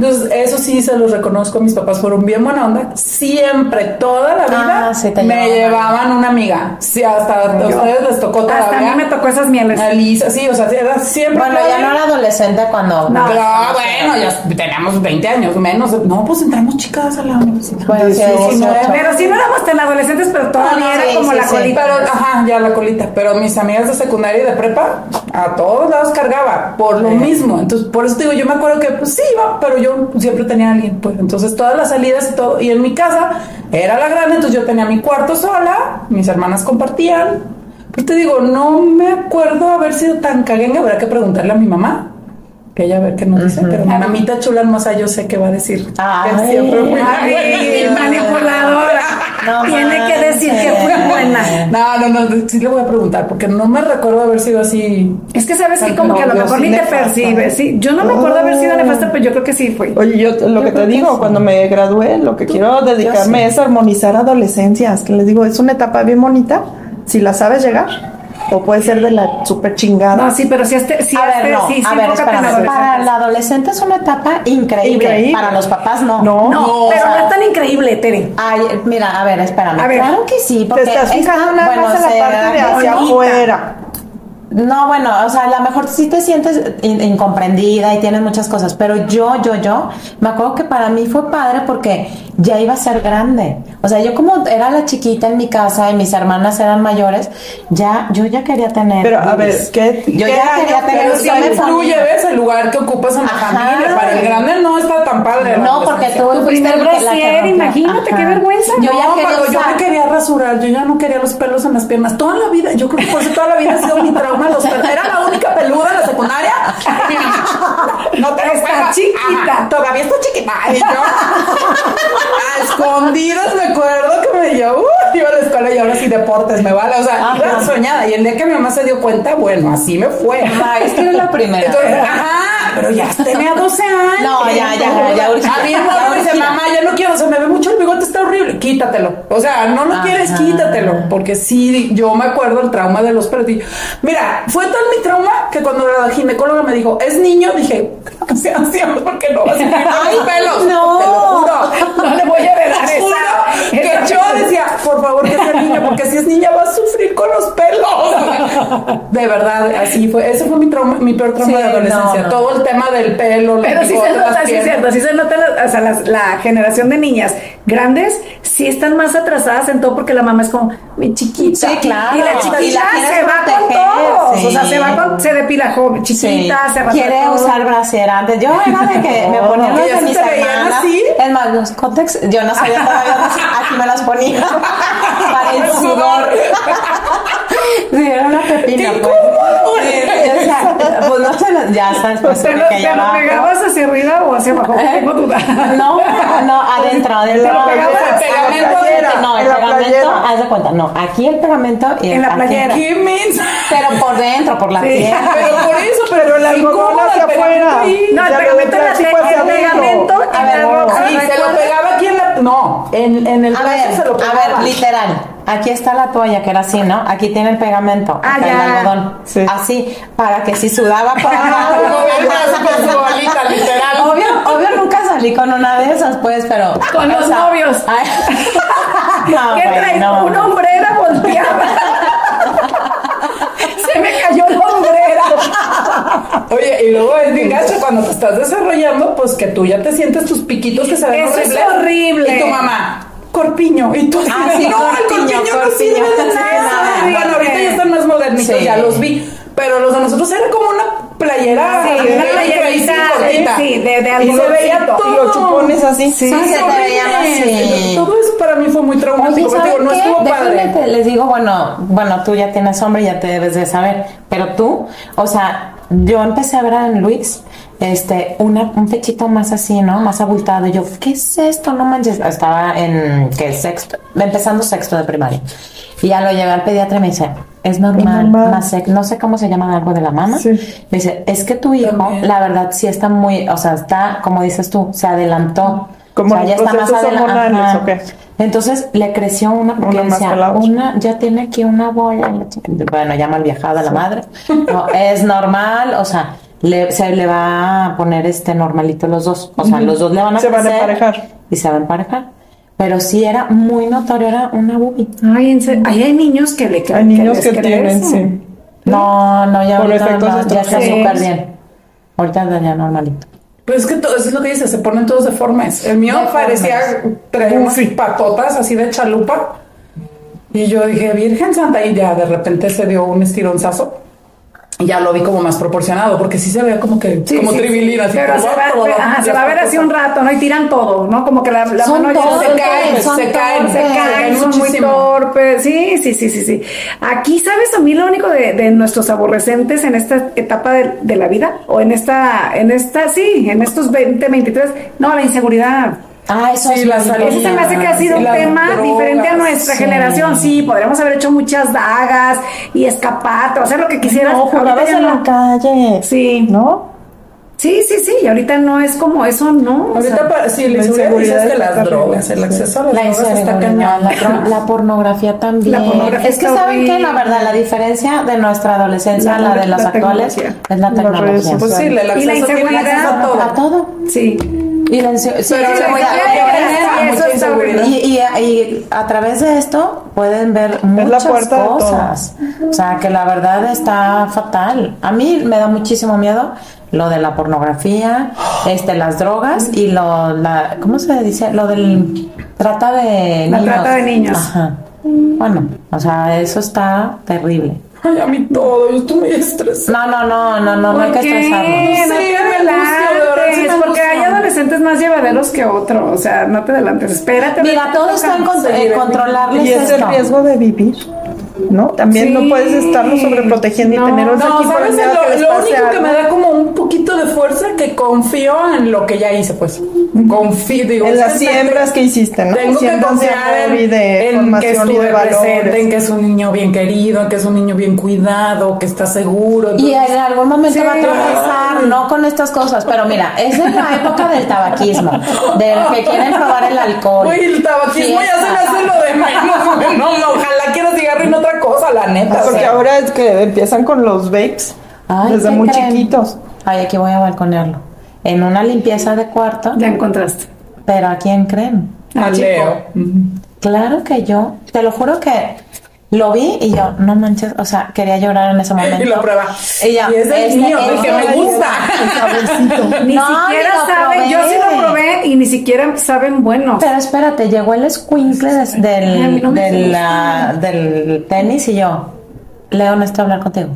[SPEAKER 4] Entonces, eso sí se los reconozco, mis papás fueron bien buena onda. Siempre, toda la vida,
[SPEAKER 2] Ah, sí, te
[SPEAKER 4] me
[SPEAKER 2] llevaban.
[SPEAKER 4] llevaban una amiga. Sí, hasta a ustedes les tocó todavía.
[SPEAKER 1] Hasta a mí me tocó esas mieles.
[SPEAKER 4] Alisa, sí, o sea, era siempre.
[SPEAKER 2] Bueno, ya
[SPEAKER 4] Claudia.
[SPEAKER 2] no era adolescente cuando.
[SPEAKER 1] No.
[SPEAKER 4] Ah, bueno, ya teníamos 20 años menos. No, pues entramos chicas a la universidad.
[SPEAKER 2] Bueno, sí,
[SPEAKER 4] 19.
[SPEAKER 2] 18.
[SPEAKER 1] Pero sí no éramos tan adolescentes, pero todavía
[SPEAKER 4] Ah, no,
[SPEAKER 1] era
[SPEAKER 2] sí,
[SPEAKER 1] como
[SPEAKER 2] sí,
[SPEAKER 1] la
[SPEAKER 2] sí.
[SPEAKER 1] colita.
[SPEAKER 4] Pero, ajá, ya la colita. Pero mis amigas de secundaria y de prepa, a todos lados cargaba, por lo mismo. Entonces, por eso te digo, yo me acuerdo que, pues sí, iba, pero yo siempre tenía a alguien. Pues entonces, todas las salidas y todo. Y en mi casa era la grande, entonces yo tenía mi cuarto sola, mis hermanas compartían. Pues te digo, no me acuerdo haber sido tan caguenga. Habrá que preguntarle a mi mamá. Que ella a ver qué nos dice, pero mi mamita chula hermosa yo sé qué va a decir. Que
[SPEAKER 2] Ay.
[SPEAKER 4] siempre fui-
[SPEAKER 1] Ay,
[SPEAKER 2] Ay,
[SPEAKER 1] manipuladora.
[SPEAKER 2] no
[SPEAKER 1] Tiene que decir que fue buena.
[SPEAKER 4] No, no, no, sí le voy a preguntar, porque no me recuerdo haber sido así.
[SPEAKER 1] Es que sabes que
[SPEAKER 4] Ay,
[SPEAKER 1] como
[SPEAKER 4] no,
[SPEAKER 1] que a lo
[SPEAKER 4] yo
[SPEAKER 1] mejor
[SPEAKER 4] sí
[SPEAKER 1] ni te
[SPEAKER 4] nefasta.
[SPEAKER 1] percibes, ¿sí? Yo no me acuerdo haber sido nefasta, pero yo creo que sí fui.
[SPEAKER 3] Oye, yo t- lo que te
[SPEAKER 2] creo que
[SPEAKER 3] digo,
[SPEAKER 2] sí.
[SPEAKER 3] cuando me gradué, lo que quiero dedicarme es armonizar adolescencias, que les digo, es una etapa bien bonita, si la sabes llegar, o puede ser de la super chingada.
[SPEAKER 1] No, sí, pero sí, este, sí,
[SPEAKER 2] a
[SPEAKER 1] este,
[SPEAKER 2] ver, no,
[SPEAKER 1] sí, sí,
[SPEAKER 2] a ver,
[SPEAKER 1] enfócate en
[SPEAKER 2] espérame. Para
[SPEAKER 1] adolescentes.
[SPEAKER 2] el adolescente es una etapa increíble.
[SPEAKER 3] Increíble.
[SPEAKER 2] Para los papás no.
[SPEAKER 3] No.
[SPEAKER 1] No,
[SPEAKER 2] o
[SPEAKER 1] pero
[SPEAKER 2] sea,
[SPEAKER 1] no es tan increíble, Tere.
[SPEAKER 2] Ay, mira, a ver, espérame.
[SPEAKER 1] A ver,
[SPEAKER 2] claro que sí, porque
[SPEAKER 3] te estás
[SPEAKER 2] está-
[SPEAKER 3] fijando nada más en la
[SPEAKER 2] se-
[SPEAKER 3] parte de hacia
[SPEAKER 1] bonita.
[SPEAKER 3] afuera.
[SPEAKER 2] No, bueno, o sea, a lo mejor sí te sientes in- incomprendida y tienes muchas cosas, pero yo, yo, yo, me acuerdo que para mí fue padre porque ya iba a ser grande. O sea, yo como era la chiquita en mi casa y mis hermanas eran mayores, ya, yo ya quería tener.
[SPEAKER 3] Pero, a
[SPEAKER 2] bebés.
[SPEAKER 3] ver, ¿qué-
[SPEAKER 2] Yo
[SPEAKER 3] qué
[SPEAKER 2] ya
[SPEAKER 3] año?
[SPEAKER 2] quería tener
[SPEAKER 4] Pero
[SPEAKER 2] un
[SPEAKER 4] sí
[SPEAKER 2] plan de
[SPEAKER 4] influye,
[SPEAKER 2] familia.
[SPEAKER 4] ¿ves? El lugar que ocupas en la
[SPEAKER 2] Ajá.
[SPEAKER 4] familia. Para el grande no está tan padre. la
[SPEAKER 2] No, porque
[SPEAKER 4] adolescencia.
[SPEAKER 2] tú
[SPEAKER 1] fuiste
[SPEAKER 2] el
[SPEAKER 1] el brasier, imagínate, qué vergüenza.
[SPEAKER 2] Yo
[SPEAKER 4] no,
[SPEAKER 2] ya quería
[SPEAKER 4] cuando Pues yo
[SPEAKER 2] usar-
[SPEAKER 4] me quería rasurar, yo ya no quería los pelos en las piernas. Toda la vida, yo creo que por eso toda la vida ha sido mi trauma. Los pelos. Era la única peluda en la secundaria. No te
[SPEAKER 1] Está
[SPEAKER 4] cuelga.
[SPEAKER 1] chiquita.
[SPEAKER 4] Ajá, todavía está chiquita. Y yo, a escondidas, me acuerdo que me yo, uh, iba a la escuela y ahora sí deportes, me vale. O sea, iba
[SPEAKER 2] Ajá.
[SPEAKER 4] soñada. Y el día que mi mamá se dio cuenta, bueno, así me fue.
[SPEAKER 2] Ay, es que eres la primera.
[SPEAKER 4] Entonces, ajá, pero ya tenía 12 años.
[SPEAKER 2] No, ya, ya, ya, ya urgía.
[SPEAKER 4] A mí el
[SPEAKER 2] Ya
[SPEAKER 4] morro me dice,
[SPEAKER 2] urgía.
[SPEAKER 4] mamá, ya no quiero, se me ve mucho el bigote, está horrible. Quítatelo. O sea, no lo
[SPEAKER 2] Ajá.
[SPEAKER 4] quieres, quítatelo. Porque sí, yo me acuerdo el trauma de los perdidos. Mira, fue tal mi trauma que cuando la ginecóloga me dijo, es niño, dije, "Creo que sea anciano, porque no vas a tener los pelos.
[SPEAKER 2] no.
[SPEAKER 4] Te lo juro.
[SPEAKER 1] No le voy a heredar
[SPEAKER 4] Te juro
[SPEAKER 1] esa-
[SPEAKER 4] que
[SPEAKER 1] esa-
[SPEAKER 4] yo decía, por favor, que sea niña, porque si es niña va a sufrir con los pelos. De verdad, así fue. Ese fue mi trauma, mi peor trauma
[SPEAKER 2] Sí,
[SPEAKER 4] de adolescencia.
[SPEAKER 2] no, no.
[SPEAKER 4] Todo el tema del pelo, los
[SPEAKER 1] Pero sí
[SPEAKER 4] bigotes,
[SPEAKER 1] se nota,
[SPEAKER 4] las
[SPEAKER 1] sí es cierto,
[SPEAKER 4] piernas.
[SPEAKER 1] sí se nota, la- o sea, las- la generación de niñas grandes sí están más atrasadas en todo porque la mamá es como, mi chiquita.
[SPEAKER 2] Sí, claro.
[SPEAKER 1] Y la
[SPEAKER 2] Y
[SPEAKER 1] chiquita
[SPEAKER 2] la quieres
[SPEAKER 1] se va con
[SPEAKER 2] proteger,
[SPEAKER 1] todos.
[SPEAKER 2] sí.
[SPEAKER 1] O sea, se va con, se depila joven,
[SPEAKER 2] Sí,
[SPEAKER 1] chiquita, se va
[SPEAKER 2] quiere usar brasier antes. Yo era de que me ponía
[SPEAKER 4] No,
[SPEAKER 2] los
[SPEAKER 4] que ya
[SPEAKER 2] de
[SPEAKER 4] se
[SPEAKER 2] mis
[SPEAKER 4] te veían
[SPEAKER 2] hermanas.
[SPEAKER 4] así.
[SPEAKER 2] Es más, los cótex, yo no sabía todavía, los- aquí me las ponía para el
[SPEAKER 4] El
[SPEAKER 2] sudor.
[SPEAKER 4] sudor.
[SPEAKER 2] Sí, era una pepina.
[SPEAKER 4] ¡Qué
[SPEAKER 2] pues.
[SPEAKER 4] incómodo!
[SPEAKER 2] Sí, o sea, pues no se las, ya sabes, pues
[SPEAKER 1] ¿Te lo,
[SPEAKER 2] que
[SPEAKER 1] te
[SPEAKER 2] ya
[SPEAKER 1] lo
[SPEAKER 2] va.
[SPEAKER 1] pegabas hacia arriba o hacia abajo? Tengo duda.
[SPEAKER 2] No, no, adentro, adentro.
[SPEAKER 3] En la
[SPEAKER 2] adentro,
[SPEAKER 3] playera,
[SPEAKER 2] adentro,
[SPEAKER 4] en la
[SPEAKER 2] adentro,
[SPEAKER 3] playera,
[SPEAKER 2] No, el
[SPEAKER 3] en la
[SPEAKER 2] pegamento,
[SPEAKER 3] playera.
[SPEAKER 2] haz de cuenta, no, aquí el pegamento y
[SPEAKER 1] En la
[SPEAKER 2] aquí.
[SPEAKER 1] playera.
[SPEAKER 4] ¿Qué mensa?
[SPEAKER 2] Pero por dentro, por la piel.
[SPEAKER 4] Pero por eso, pero
[SPEAKER 3] Pero el algodón
[SPEAKER 4] incómoda,
[SPEAKER 3] hacia
[SPEAKER 4] pero
[SPEAKER 3] afuera.
[SPEAKER 4] sí.
[SPEAKER 1] No, el
[SPEAKER 3] Ya lo
[SPEAKER 1] pegamento en la
[SPEAKER 3] plástico
[SPEAKER 1] te-
[SPEAKER 3] hacia
[SPEAKER 1] el
[SPEAKER 3] adentro.
[SPEAKER 1] pegamento
[SPEAKER 2] A
[SPEAKER 1] en
[SPEAKER 2] ver,
[SPEAKER 1] la
[SPEAKER 2] no,
[SPEAKER 1] ropa.
[SPEAKER 4] Sí, se lo pegaba aquí en la. No, en, en el
[SPEAKER 2] A
[SPEAKER 4] brazo
[SPEAKER 2] ver,
[SPEAKER 4] se lo
[SPEAKER 2] a
[SPEAKER 4] pegaba.
[SPEAKER 2] ver, literal. Aquí está la toalla, que era así, ¿no? Aquí tiene el pegamento,
[SPEAKER 1] Ah,
[SPEAKER 2] acá el
[SPEAKER 1] ya. Ah,
[SPEAKER 2] algodón.
[SPEAKER 3] Sí.
[SPEAKER 2] Así, para que si sudaba para
[SPEAKER 4] Como ven, con su bolita, literal.
[SPEAKER 2] Obvio, obvio nunca salí con una de esas, pues, pero...
[SPEAKER 1] Con los novios.
[SPEAKER 2] ay. no,
[SPEAKER 1] ¿Qué
[SPEAKER 2] güey,
[SPEAKER 1] traes?
[SPEAKER 2] no.
[SPEAKER 1] Una hombrera volteada. se me cayó la hombrera.
[SPEAKER 4] Oye, y luego es bien gacho cuando te estás desarrollando, pues que tú ya te sientes tus piquitos que se ven
[SPEAKER 1] Eso es
[SPEAKER 4] horribles.
[SPEAKER 1] horrible.
[SPEAKER 4] Y tu mamá, corpiño. Y tú así
[SPEAKER 2] Ah,
[SPEAKER 4] de,
[SPEAKER 2] sí,
[SPEAKER 4] no, el
[SPEAKER 2] corpiño,
[SPEAKER 4] corpiño, no
[SPEAKER 2] corpiño,
[SPEAKER 4] sirve de
[SPEAKER 2] no sirve
[SPEAKER 4] nada.
[SPEAKER 1] nada.
[SPEAKER 4] Bueno, ahorita ya están más modernitos,
[SPEAKER 2] Sí.
[SPEAKER 4] ya los vi. Pero los de nosotros era como una playera.
[SPEAKER 1] Sí, una
[SPEAKER 4] de baby
[SPEAKER 1] playerita,
[SPEAKER 4] facing cortita.
[SPEAKER 1] sí, de- de
[SPEAKER 4] Y se veía
[SPEAKER 1] algodoncito.
[SPEAKER 4] todo.
[SPEAKER 3] Y los chupones así.
[SPEAKER 2] Sí, se te
[SPEAKER 4] horrible.
[SPEAKER 2] veían así.
[SPEAKER 4] Todo eso para mí fue muy
[SPEAKER 2] Oye,
[SPEAKER 4] traumático. porque
[SPEAKER 2] ¿saben
[SPEAKER 4] digo, no
[SPEAKER 2] Pues, qué?
[SPEAKER 4] estuvo
[SPEAKER 2] Déjenme
[SPEAKER 4] padre.
[SPEAKER 2] te- les digo, bueno, bueno, tú ya tienes hombre, ya te debes de saber, pero tú, o sea, yo empecé a ver en Luis, este, una, un pechito más así, ¿no? Más abultado. Y yo, ¿qué es esto? No manches. Estaba en, ¿qué? Sexto, empezando sexto de primaria. Y ya lo llevé al pediatra y me dice, es normal,
[SPEAKER 3] normal.
[SPEAKER 2] más sec- no sé cómo se llama algo de la mama.
[SPEAKER 3] Sí.
[SPEAKER 2] Me dice, es que tu hijo,
[SPEAKER 4] También.
[SPEAKER 2] la verdad, sí está muy, o sea, está, como dices tú, se adelantó.
[SPEAKER 3] Como
[SPEAKER 2] o sea,
[SPEAKER 3] los
[SPEAKER 2] ya está más
[SPEAKER 3] procesos
[SPEAKER 2] adela-
[SPEAKER 3] hormonales,
[SPEAKER 2] ajá.
[SPEAKER 3] ¿o qué?
[SPEAKER 2] Entonces le creció una porque
[SPEAKER 3] Una más
[SPEAKER 2] decía,
[SPEAKER 3] que la otra.
[SPEAKER 2] una ya tiene aquí una bola. la chica. Bueno, ya mal viajada la madre. No, es normal, o sea, le- se le va a poner este normalito los dos. O sea, los dos le van a
[SPEAKER 3] Se van a
[SPEAKER 2] crecer
[SPEAKER 3] emparejar.
[SPEAKER 2] Y se van a emparejar. Pero sí era muy notorio, era una boobie.
[SPEAKER 1] Ay, en serio, ahí hay niños que le
[SPEAKER 3] Hay
[SPEAKER 1] creen.
[SPEAKER 3] niños
[SPEAKER 1] les
[SPEAKER 3] que
[SPEAKER 1] cree
[SPEAKER 3] tienen,
[SPEAKER 1] eso.
[SPEAKER 3] sí.
[SPEAKER 2] No, no, ya
[SPEAKER 3] Por
[SPEAKER 2] ahorita no,
[SPEAKER 3] efectos
[SPEAKER 2] ya está
[SPEAKER 1] estructurales.
[SPEAKER 2] súper bien. Ahorita anda ya normalito.
[SPEAKER 4] Pero es que todo, eso es lo que dice, se ponen todos deformes. El mío
[SPEAKER 2] Deformes.
[SPEAKER 4] parecía traía unas patotas así de chalupa. Y yo dije, Virgen Santa, y ya de repente se dio un estironzazo. Y ya lo vi como más proporcionado, porque sí se veía como que,
[SPEAKER 1] Sí,
[SPEAKER 4] como
[SPEAKER 1] sí,
[SPEAKER 4] trivilín, así
[SPEAKER 1] Pero
[SPEAKER 4] como
[SPEAKER 1] se va,
[SPEAKER 4] todo,
[SPEAKER 1] ajá,
[SPEAKER 4] ya
[SPEAKER 1] se va a ver
[SPEAKER 4] está
[SPEAKER 1] así un
[SPEAKER 4] todo.
[SPEAKER 1] rato, ¿no? Y tiran todo, ¿no? Como que la, la
[SPEAKER 2] Son
[SPEAKER 1] mano ya
[SPEAKER 2] todos,
[SPEAKER 1] se
[SPEAKER 4] Se
[SPEAKER 1] cae.
[SPEAKER 4] caen,
[SPEAKER 2] son
[SPEAKER 4] se caen,
[SPEAKER 2] torpes.
[SPEAKER 1] Se caen, son muy
[SPEAKER 4] muchísimo.
[SPEAKER 1] torpes. Sí, sí, sí, sí, sí. Aquí, ¿sabes? A mí lo único de, de nuestros aborrecentes en esta etapa de, de la vida, o en esta, en esta, sí, en estos 20, 23, no, la inseguridad.
[SPEAKER 2] Ah, eso
[SPEAKER 4] Sí,
[SPEAKER 2] es
[SPEAKER 4] la
[SPEAKER 2] muy
[SPEAKER 4] salud.
[SPEAKER 1] Ese se me hace que ha sido
[SPEAKER 4] Y
[SPEAKER 1] un
[SPEAKER 4] las
[SPEAKER 1] tema
[SPEAKER 4] drogas,
[SPEAKER 1] diferente a nuestra
[SPEAKER 2] sí.
[SPEAKER 1] generación. Sí, podríamos haber hecho muchas dagas y escapata, o sea, lo que quisieras.
[SPEAKER 3] No,
[SPEAKER 1] Ahorita
[SPEAKER 3] jugabas
[SPEAKER 1] ya
[SPEAKER 3] en la
[SPEAKER 1] no.
[SPEAKER 3] calle.
[SPEAKER 1] Sí,
[SPEAKER 3] ¿No?
[SPEAKER 1] sí, sí, sí. Y ahorita no es como eso, no. o sea,
[SPEAKER 4] Ahorita, pa- sí, la
[SPEAKER 3] la
[SPEAKER 4] inseguridad
[SPEAKER 3] inseguridad
[SPEAKER 4] es de las
[SPEAKER 3] está
[SPEAKER 4] drogas, el
[SPEAKER 3] horrible.
[SPEAKER 4] acceso a las
[SPEAKER 2] La
[SPEAKER 4] drogas está
[SPEAKER 2] inseguridad,
[SPEAKER 4] cañón.
[SPEAKER 2] la, dro- la pornografía también.
[SPEAKER 1] La pornografía
[SPEAKER 2] es que
[SPEAKER 1] está
[SPEAKER 2] saben que la
[SPEAKER 1] horrible.
[SPEAKER 2] verdad, la diferencia de nuestra adolescencia a
[SPEAKER 1] La-
[SPEAKER 2] la de
[SPEAKER 1] la
[SPEAKER 2] las actuales
[SPEAKER 1] tecnología.
[SPEAKER 2] es la
[SPEAKER 3] Las redes
[SPEAKER 2] tecnología.
[SPEAKER 3] sociales.
[SPEAKER 4] Pues sí, el acceso,
[SPEAKER 1] Y la
[SPEAKER 4] tiene acceso a
[SPEAKER 1] inseguridad.
[SPEAKER 4] todo.
[SPEAKER 2] A todo.
[SPEAKER 1] sí.
[SPEAKER 2] Y la inse- sí,
[SPEAKER 4] Pero
[SPEAKER 2] sí,
[SPEAKER 4] la
[SPEAKER 2] sí,
[SPEAKER 4] mayoría
[SPEAKER 2] sí, sí,
[SPEAKER 4] de las
[SPEAKER 2] sí, sí,
[SPEAKER 4] está
[SPEAKER 1] eso
[SPEAKER 4] mucha
[SPEAKER 1] está
[SPEAKER 4] inseguridad.
[SPEAKER 1] horrible.
[SPEAKER 2] y, y- y a través de esto pueden ver muchas
[SPEAKER 3] puerta de todo.
[SPEAKER 2] cosas. O sea, que la verdad está fatal. A mí me da muchísimo miedo lo de la pornografía, este, las drogas y lo, la, ¿cómo se dice? Lo del trata de
[SPEAKER 1] La
[SPEAKER 2] niños.
[SPEAKER 1] trata de niños.
[SPEAKER 2] Ajá. Bueno, o sea, eso está terrible.
[SPEAKER 4] Ay, a mí todo, yo estoy muy estresada.
[SPEAKER 2] No, no, no, no, no, no hay
[SPEAKER 1] ¿Por
[SPEAKER 2] que estresarnos.
[SPEAKER 1] qué? No
[SPEAKER 4] Sí,
[SPEAKER 1] te
[SPEAKER 4] me angustia, de verdad, sí me
[SPEAKER 1] adelantes, porque
[SPEAKER 4] angustia.
[SPEAKER 1] hay adolescentes más llevaderos que otros. O sea, no te adelantes. Espérate.
[SPEAKER 2] Mira, todo está en, eh, con- en controlarles
[SPEAKER 3] Y es el
[SPEAKER 2] esto.
[SPEAKER 3] riesgo de vivir, ¿no? También
[SPEAKER 1] Sí.
[SPEAKER 3] no puedes estarlo sobreprotegiendo
[SPEAKER 1] No,
[SPEAKER 3] y tener un
[SPEAKER 4] No,
[SPEAKER 3] equipo
[SPEAKER 4] ¿sabes?
[SPEAKER 3] de miedo
[SPEAKER 4] Lo,
[SPEAKER 3] les
[SPEAKER 4] lo
[SPEAKER 3] pase
[SPEAKER 4] único que
[SPEAKER 3] algo.
[SPEAKER 4] me da como un poquito de fuerza que confío en lo que ya hice, pues. Confío, digo.
[SPEAKER 3] En
[SPEAKER 4] es
[SPEAKER 3] las
[SPEAKER 4] que
[SPEAKER 3] siembras que hiciste, ¿no?
[SPEAKER 4] Tengo que
[SPEAKER 3] Siembras de
[SPEAKER 4] confiar
[SPEAKER 3] amor y
[SPEAKER 4] en, en
[SPEAKER 3] de
[SPEAKER 4] que
[SPEAKER 3] formación y
[SPEAKER 4] estuve
[SPEAKER 3] de
[SPEAKER 4] presente, en
[SPEAKER 3] valores.
[SPEAKER 4] que es un niño bien querido, en que es un niño bien cuidado, que está seguro.
[SPEAKER 2] Y
[SPEAKER 4] entonces-
[SPEAKER 2] en algún momento
[SPEAKER 1] Sí.
[SPEAKER 2] va a tropezar, no con estas cosas, pero mira, esa es la época del tabaquismo, del que quieren probar el alcohol.
[SPEAKER 4] Güey, el tabaquismo ya se me hace lo de menos. güey. No, no, ojalá quiera cigarro y no otra cosa, la neta.
[SPEAKER 3] Porque
[SPEAKER 4] güey.
[SPEAKER 3] ahora es que empiezan con los vapes
[SPEAKER 2] Ay,
[SPEAKER 3] desde
[SPEAKER 2] ¿qué
[SPEAKER 3] muy
[SPEAKER 2] creen?
[SPEAKER 3] chiquitos.
[SPEAKER 2] Ay, aquí voy a balconearlo. En una limpieza de cuarto,
[SPEAKER 1] Ya encontraste.
[SPEAKER 2] pero ¿a quién creen?
[SPEAKER 4] Al
[SPEAKER 1] chico.
[SPEAKER 4] Leo.
[SPEAKER 2] Claro que yo, te lo juro que lo vi y yo, no manches, o sea, queería llorar en ese momento.
[SPEAKER 4] Y lo prueba.
[SPEAKER 2] Y ya,
[SPEAKER 4] Y es del
[SPEAKER 2] este,
[SPEAKER 4] niño,
[SPEAKER 2] este,
[SPEAKER 4] del que me
[SPEAKER 2] este.
[SPEAKER 4] gusta.
[SPEAKER 1] Ni
[SPEAKER 2] No,
[SPEAKER 1] siquiera
[SPEAKER 2] ni lo
[SPEAKER 1] saben. Yo sí lo
[SPEAKER 2] probé.
[SPEAKER 1] probé y ni siquiera saben buenos.
[SPEAKER 2] Pero espérate, llegó el escuincle des-
[SPEAKER 1] Ay, a mí
[SPEAKER 2] del,
[SPEAKER 1] no me
[SPEAKER 2] del,
[SPEAKER 1] gusta.
[SPEAKER 2] ah, del tenis y yo, Leo, necesito hablar contigo.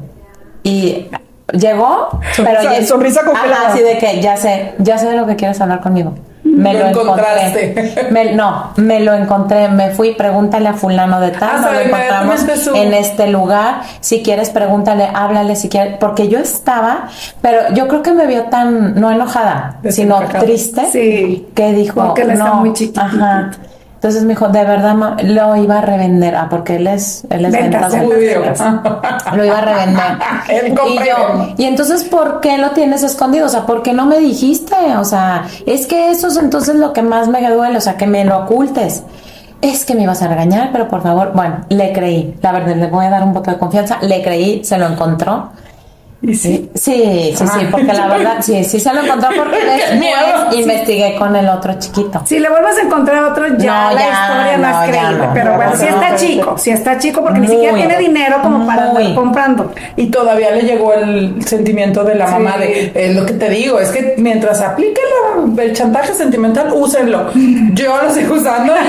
[SPEAKER 2] Y llegó, pero
[SPEAKER 3] Sonrisa-
[SPEAKER 2] ya-
[SPEAKER 3] sonrisa congelada.
[SPEAKER 2] Ajá, así de que ya sé, ya sé de lo que quieres hablar conmigo. Me
[SPEAKER 4] Lo
[SPEAKER 2] lo,
[SPEAKER 4] encontraste.
[SPEAKER 2] encontré. Me- no, me lo encontré, me fui, pregúntale a fulano de tal,
[SPEAKER 4] Ah,
[SPEAKER 2] no lo
[SPEAKER 4] sabe,
[SPEAKER 2] encontramos
[SPEAKER 4] inmediatamente su-
[SPEAKER 2] en este lugar. Si quieres, pregúntale, háblale, si quieres, porque yo estaba, pero yo creo que me vio tan, no enojada, sino
[SPEAKER 4] Desenfocada.
[SPEAKER 2] triste,
[SPEAKER 1] Sí.
[SPEAKER 2] que dijo,
[SPEAKER 1] Porque él está
[SPEAKER 2] no,
[SPEAKER 1] muy chiquitito.
[SPEAKER 2] Ajá. Entonces me dijo, de verdad ma- lo iba a revender. Ah, porque él es, él es
[SPEAKER 1] Ventas, ¿eh?
[SPEAKER 2] ventas,
[SPEAKER 1] judío.
[SPEAKER 2] ventas. Lo iba a revender.
[SPEAKER 4] Él
[SPEAKER 2] y
[SPEAKER 4] compra y
[SPEAKER 2] yo,
[SPEAKER 4] vende.
[SPEAKER 2] y entonces, ¿por qué lo tienes escondido? O sea, ¿por qué no me dijiste? O sea, es que eso es entonces lo que más me duele, o sea, que me lo ocultes. Es que me ibas a regañar, pero por favor, bueno, le creí. La verdad, le voy a dar un voto de confianza. Le creí, se lo encontró.
[SPEAKER 4] Y sí.
[SPEAKER 2] Sí, sí, sí, porque la verdad, sí, sí se lo encontró porque
[SPEAKER 4] miedo.
[SPEAKER 2] después investigué con el otro chiquito.
[SPEAKER 1] Si le vuelves a encontrar otro, ya
[SPEAKER 2] No,
[SPEAKER 1] la
[SPEAKER 2] ya,
[SPEAKER 1] historia no, es
[SPEAKER 2] no, ya
[SPEAKER 1] creíble.
[SPEAKER 2] no.
[SPEAKER 1] pero
[SPEAKER 2] No,
[SPEAKER 1] bueno,
[SPEAKER 2] no,
[SPEAKER 1] si
[SPEAKER 2] no,
[SPEAKER 1] está
[SPEAKER 2] no.
[SPEAKER 1] chico, si está chico, porque ni
[SPEAKER 2] Muy,
[SPEAKER 1] siquiera tiene dinero como para andar
[SPEAKER 2] muy.
[SPEAKER 1] comprando.
[SPEAKER 4] Y todavía le llegó el sentimiento de la
[SPEAKER 1] Sí.
[SPEAKER 4] mamá de "Es lo que te digo, es que mientras aplique la- el chantaje sentimental, úsenlo. Yo lo sigo usando. Sí,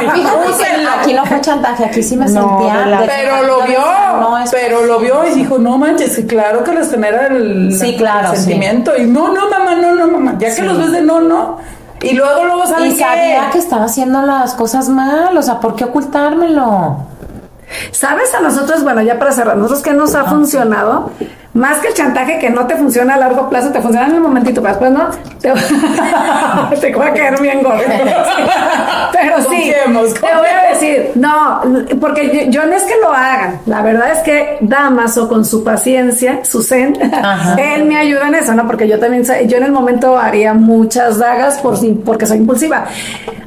[SPEAKER 2] Fíjate que
[SPEAKER 4] úsenlo.
[SPEAKER 2] aquí no fue chantaje, aquí sí me
[SPEAKER 3] No,
[SPEAKER 2] sentía.
[SPEAKER 3] de la-
[SPEAKER 2] de-
[SPEAKER 4] Pero lo vio,
[SPEAKER 2] No es-
[SPEAKER 4] pero lo vio y dijo, no manches, que claro que les genera el,
[SPEAKER 2] Sí, claro,
[SPEAKER 4] el
[SPEAKER 2] sí.
[SPEAKER 4] sentimiento. Y no, no, mamá, no, no, mamá. Ya que
[SPEAKER 2] Sí.
[SPEAKER 4] los ves de no, no. Y luego, luego
[SPEAKER 2] Y
[SPEAKER 4] saben
[SPEAKER 2] sabía que estaba haciendo las cosas mal, o sea, ¿por qué ocultármelo?
[SPEAKER 1] ¿Sabes a nosotros, bueno, ya para cerrar, nosotros qué nos ha funcionado? Más que el chantaje que no te funciona a largo plazo, te funciona en el momentito, pero después no, te, te va a caer bien gordo. Pero sí,
[SPEAKER 4] Confiemos,
[SPEAKER 1] te voy a decir, no, porque yo, yo no es que lo hagan, la verdad es que Damaso con su paciencia, su zen,
[SPEAKER 2] Ajá.
[SPEAKER 1] él me ayuda en eso, ¿no? Porque yo también, sa- yo en el momento haría muchas dagas por, si- porque soy impulsiva.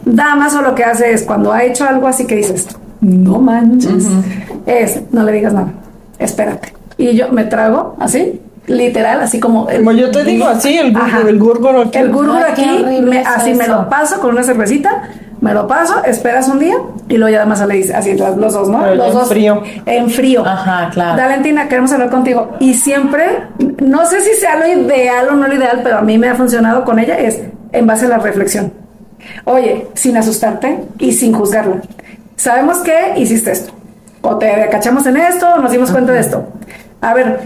[SPEAKER 1] Damaso lo que hace es cuando ha hecho algo así que dices, no manches, es, no le digas nada, espérate. Y yo me trago así literal, así como.
[SPEAKER 3] Como yo te digo, así, el gurgo, el gurgo aquí.
[SPEAKER 1] El gurgo
[SPEAKER 2] Ay, qué
[SPEAKER 1] aquí,
[SPEAKER 2] horrible
[SPEAKER 1] me-
[SPEAKER 2] es
[SPEAKER 1] así me
[SPEAKER 2] eso.
[SPEAKER 1] lo paso con una cervecita, me lo paso, esperas un día y luego ya además le dices, así los los dos, ¿no?
[SPEAKER 3] Pero ya
[SPEAKER 1] los
[SPEAKER 3] en
[SPEAKER 1] dos.
[SPEAKER 3] frío.
[SPEAKER 1] En frío.
[SPEAKER 2] Ajá, claro.
[SPEAKER 1] Valentina, queremos hablar contigo. Y siempre, no sé si sea lo ideal o no lo ideal, pero a mí me ha funcionado con ella, es en base a la reflexión. Oye, sin asustarte y sin juzgarlo. Sabemos que hiciste esto. O te cachamos en esto, o nos dimos cuenta de esto. A ver.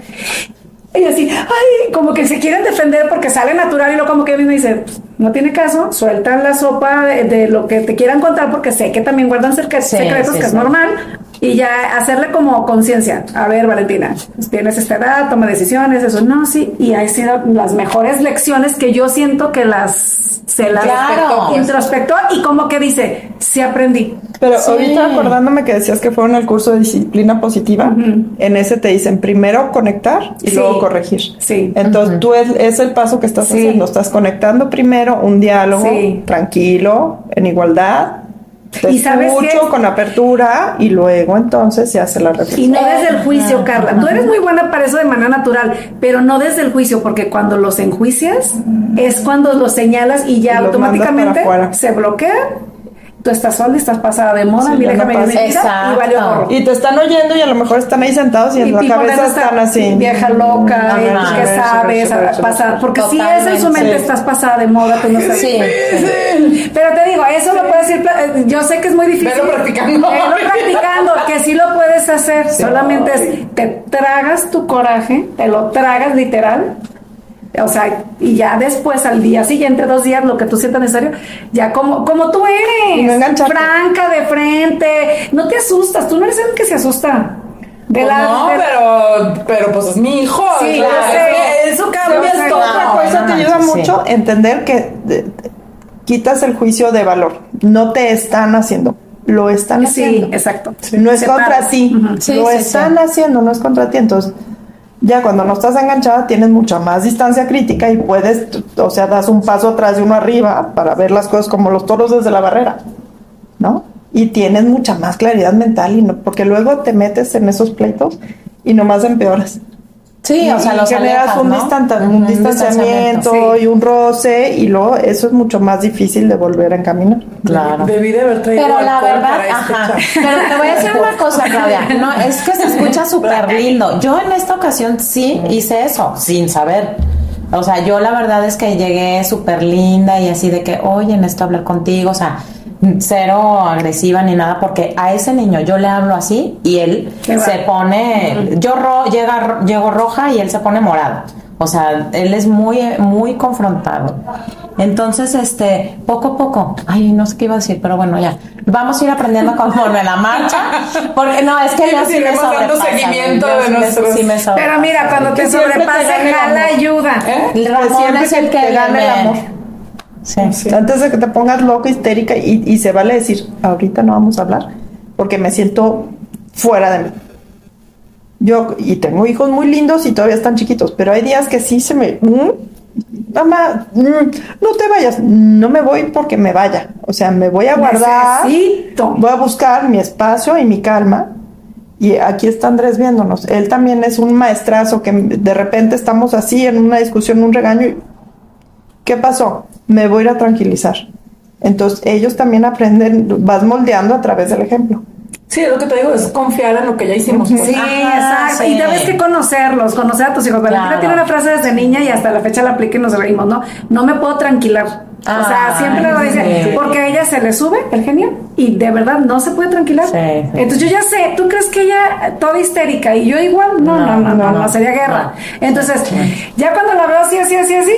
[SPEAKER 1] Y así, ay, como que se quieren defender porque sale natural y luego como que viene y dice, "Pues, no tiene caso, sueltan la sopa de, de lo que te quieran contar porque sé que también guardan cerca-
[SPEAKER 2] Sí,
[SPEAKER 1] secretos,
[SPEAKER 2] sí,
[SPEAKER 1] que es
[SPEAKER 2] sí.
[SPEAKER 1] normal normal y ya hacerle como conciencia. A ver, Valentina, pues, tienes esta edad, toma decisiones, eso no, sí. Y han sido las mejores lecciones que yo siento que las se las
[SPEAKER 2] Claro.
[SPEAKER 1] introspectó y como que dice, sí aprendí.
[SPEAKER 3] Pero
[SPEAKER 2] Sí.
[SPEAKER 3] ahorita acordándome que decías que fueron al curso de disciplina positiva, en ese te dicen primero conectar y
[SPEAKER 1] Sí.
[SPEAKER 3] luego corregir.
[SPEAKER 1] Sí.
[SPEAKER 3] Entonces tú es, es el paso que estás
[SPEAKER 1] Sí.
[SPEAKER 3] haciendo, estás conectando primero un diálogo
[SPEAKER 1] Sí.
[SPEAKER 3] tranquilo, en igualdad, te
[SPEAKER 1] ¿Y sabes qué?
[SPEAKER 3] escucho con apertura y luego entonces se hace la reflexión.
[SPEAKER 1] Y no desde el juicio, Carla. Tú eres muy buena para eso de manera natural, pero no desde el juicio, porque cuando los enjuicias es cuando los señalas y ya
[SPEAKER 3] Y los
[SPEAKER 1] automáticamente
[SPEAKER 3] mandas para afuera.
[SPEAKER 1] se bloquean. Tú estás sola, estás pasada de moda,
[SPEAKER 3] Sí,
[SPEAKER 1] mira,
[SPEAKER 3] ya no
[SPEAKER 1] déjame vivir mi vida,
[SPEAKER 2] pasa.
[SPEAKER 1] y valió gorro.
[SPEAKER 3] Y te están oyendo y a lo mejor están ahí sentados y en la
[SPEAKER 1] tipo,
[SPEAKER 3] cabeza
[SPEAKER 1] neta,
[SPEAKER 3] están así.
[SPEAKER 1] Vieja loca,
[SPEAKER 2] Ajá.
[SPEAKER 1] eh, pues, ¿qué
[SPEAKER 3] Sí,
[SPEAKER 1] sabes?
[SPEAKER 3] sí, sí, sí,
[SPEAKER 1] pasar, porque si es en su
[SPEAKER 2] Totalmente.
[SPEAKER 1] mente,
[SPEAKER 3] Sí.
[SPEAKER 1] estás pasada de moda, tú no sabes.
[SPEAKER 2] Sí.
[SPEAKER 1] Pero te digo, eso lo puedes ir, pla- eh, yo sé que es muy difícil.
[SPEAKER 4] Velo practicando.
[SPEAKER 1] Velo practicando, que sí lo puedes hacer, solamente es, te tragas tu coraje, te lo tragas literal. O sea, y ya después, al día siguiente, dos días, lo que tú sientas necesario, ya como, como tú
[SPEAKER 3] Y no
[SPEAKER 1] eres,
[SPEAKER 3] engancharte.
[SPEAKER 1] franca, de frente, no te asustas, tú no eres el que se asusta. De
[SPEAKER 4] Pues
[SPEAKER 1] la-
[SPEAKER 4] no,
[SPEAKER 1] de-
[SPEAKER 4] pero, pero pues es mi hijo.
[SPEAKER 1] Sí,
[SPEAKER 4] claro,
[SPEAKER 1] yo sé.
[SPEAKER 4] es- Eso
[SPEAKER 1] Yo
[SPEAKER 4] cambia
[SPEAKER 1] sé.
[SPEAKER 4] todo.
[SPEAKER 3] Otra
[SPEAKER 2] No,
[SPEAKER 3] cosa
[SPEAKER 2] no
[SPEAKER 3] te ayuda
[SPEAKER 2] manches,
[SPEAKER 3] mucho entender que eh, quitas el juicio de valor. No te están haciendo, lo están haciendo.
[SPEAKER 1] Sí, exacto.
[SPEAKER 3] No es
[SPEAKER 1] Separas.
[SPEAKER 3] contra ti,
[SPEAKER 1] Ujú.
[SPEAKER 2] Sí,
[SPEAKER 3] lo
[SPEAKER 2] sí,
[SPEAKER 3] están
[SPEAKER 2] sí.
[SPEAKER 3] haciendo, no es contra ti. Entonces, ya cuando no estás enganchada tienes mucha más distancia crítica y puedes, t- o sea, das un paso atrás y uno arriba para ver las cosas como los toros desde la barrera, ¿no? Y tienes mucha más claridad mental y no, porque luego te metes en esos pleitos y nomás empeoras.
[SPEAKER 2] Sí,
[SPEAKER 3] Y-
[SPEAKER 2] o sea,
[SPEAKER 3] y
[SPEAKER 2] los
[SPEAKER 3] generas
[SPEAKER 2] alejas,
[SPEAKER 3] un,
[SPEAKER 2] ¿no?
[SPEAKER 3] distanta-
[SPEAKER 2] Ujú,
[SPEAKER 3] un distanciamiento
[SPEAKER 1] distanciamiento.
[SPEAKER 3] y un roce y luego eso es mucho más difícil de volver a encaminar.
[SPEAKER 2] Claro.
[SPEAKER 4] Debí de haber traído
[SPEAKER 2] Pero la
[SPEAKER 4] alcohol
[SPEAKER 2] verdad,
[SPEAKER 4] para este
[SPEAKER 2] ajá.
[SPEAKER 4] chat.
[SPEAKER 2] Pero te voy a decir una cosa, Claudia. No, es que se escucha súper lindo. Yo en esta ocasión sí hice eso, sin saber. O sea, yo la verdad es que llegué súper linda y así de que, oye, necesito hablar contigo. O sea, cero agresiva ni nada, porque a ese niño yo le hablo así y él
[SPEAKER 1] Qué bárbaro.
[SPEAKER 2] se pone, yo ro- llega, ro- llego roja y él se pone morado. O sea, él es muy, muy confrontado. Entonces, este, poco a poco, ay, no sé qué iba a decir, pero bueno, ya. Vamos a ir aprendiendo conforme la marcha. Porque no, es que
[SPEAKER 4] Sí,
[SPEAKER 2] Leo
[SPEAKER 4] les
[SPEAKER 2] sí me
[SPEAKER 4] iremos dando
[SPEAKER 2] sobrepasa,
[SPEAKER 4] seguimiento
[SPEAKER 2] Leo
[SPEAKER 4] de
[SPEAKER 2] sí me-
[SPEAKER 4] nuestros-
[SPEAKER 2] sí me sobrepasa.
[SPEAKER 1] Pero mira, cuando te
[SPEAKER 3] Que siempre te
[SPEAKER 1] sobrepasa,
[SPEAKER 3] gane el
[SPEAKER 1] jala
[SPEAKER 3] amor.
[SPEAKER 1] ayuda.
[SPEAKER 4] ¿Eh?
[SPEAKER 3] Que
[SPEAKER 2] Ramón
[SPEAKER 3] siempre
[SPEAKER 2] es el
[SPEAKER 3] que
[SPEAKER 2] que
[SPEAKER 3] te gane el
[SPEAKER 2] me-
[SPEAKER 3] amor.
[SPEAKER 2] Sí.
[SPEAKER 4] Sí.
[SPEAKER 3] Antes de que te pongas loca, histérica y, y se vale decir, ahorita no vamos a hablar porque me siento fuera de mí. Yo, y tengo hijos muy lindos y todavía están chiquitos, pero hay días que sí se me... "Mm, mamá, mm, no te vayas, no me voy porque me vaya. O sea, me voy a guardar.
[SPEAKER 1] Necesito.
[SPEAKER 3] Voy a buscar mi espacio y mi calma. Y aquí está Andrés viéndonos. Él también es un maestrazo que de repente estamos así en una discusión, un regaño. y, ¿Qué pasó? Me voy a ir a tranquilizar. Entonces ellos también aprenden, vas moldeando a través del ejemplo.
[SPEAKER 4] Sí, es lo que te digo, es confiar en lo que ya hicimos. pues.
[SPEAKER 1] Sí,
[SPEAKER 2] Ajá,
[SPEAKER 1] exacto.
[SPEAKER 2] sí.
[SPEAKER 1] Y tienes que conocerlos, conocer a tus hijos. Valentina
[SPEAKER 2] Claro.
[SPEAKER 1] tiene una frase desde niña y hasta la fecha la aplica y nos reímos, ¿no? No me puedo tranquilar. o sea,
[SPEAKER 2] Ay,
[SPEAKER 1] siempre lo dice,
[SPEAKER 2] sí.
[SPEAKER 1] porque a ella se le sube el genio y de verdad no se puede tranquilar.
[SPEAKER 2] Sí, sí.
[SPEAKER 1] Entonces yo ya sé, ¿tú crees que ella eh, toda histérica y yo igual? No, no, no, no, no, sería guerra. Entonces, ya cuando la veo así, así, así, así,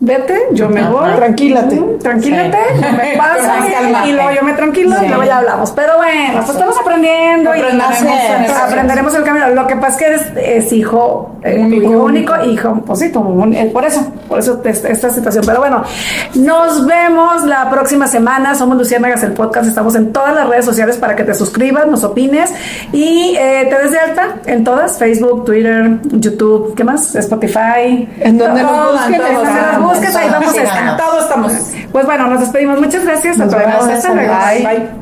[SPEAKER 1] vete, yo me
[SPEAKER 2] Ajá.
[SPEAKER 1] voy.
[SPEAKER 3] Tranquílate.
[SPEAKER 1] Mm, Tranquílate,
[SPEAKER 2] Sí.
[SPEAKER 1] yo me paso
[SPEAKER 4] Más
[SPEAKER 1] y
[SPEAKER 4] cálmate.
[SPEAKER 1] luego yo me tranquilo
[SPEAKER 2] Sí.
[SPEAKER 1] y luego ya hablamos. Pero bueno, pues estamos aprendiendo y
[SPEAKER 4] Aprenderemos
[SPEAKER 2] Así es.
[SPEAKER 4] en ese-
[SPEAKER 1] aprenderemos el camino. Lo que pasa es que eres es hijo eh, tu
[SPEAKER 4] Único,
[SPEAKER 1] hijo único, hijo, pues sí, tu- un- eh, por eso, por eso te- esta situación. Pero bueno, nos vemos la próxima semana. Somos Luciérnagas el podcast. Estamos en todas las redes sociales para que te suscribas, nos opines y eh, te des de alta en todas: Facebook, Twitter, YouTube, ¿qué más? Spotify.
[SPEAKER 3] En donde
[SPEAKER 1] Todo,
[SPEAKER 3] nos busquen,
[SPEAKER 1] en donde
[SPEAKER 4] estamos.
[SPEAKER 1] nos busques, ahí vamos a
[SPEAKER 2] Síganos.
[SPEAKER 1] estar.
[SPEAKER 4] Todos estamos.
[SPEAKER 1] Pues bueno, nos despedimos. Muchas gracias.
[SPEAKER 3] Nos
[SPEAKER 1] a todos.
[SPEAKER 3] vemos.
[SPEAKER 1] Hasta luego.
[SPEAKER 3] Bye.
[SPEAKER 4] Bye.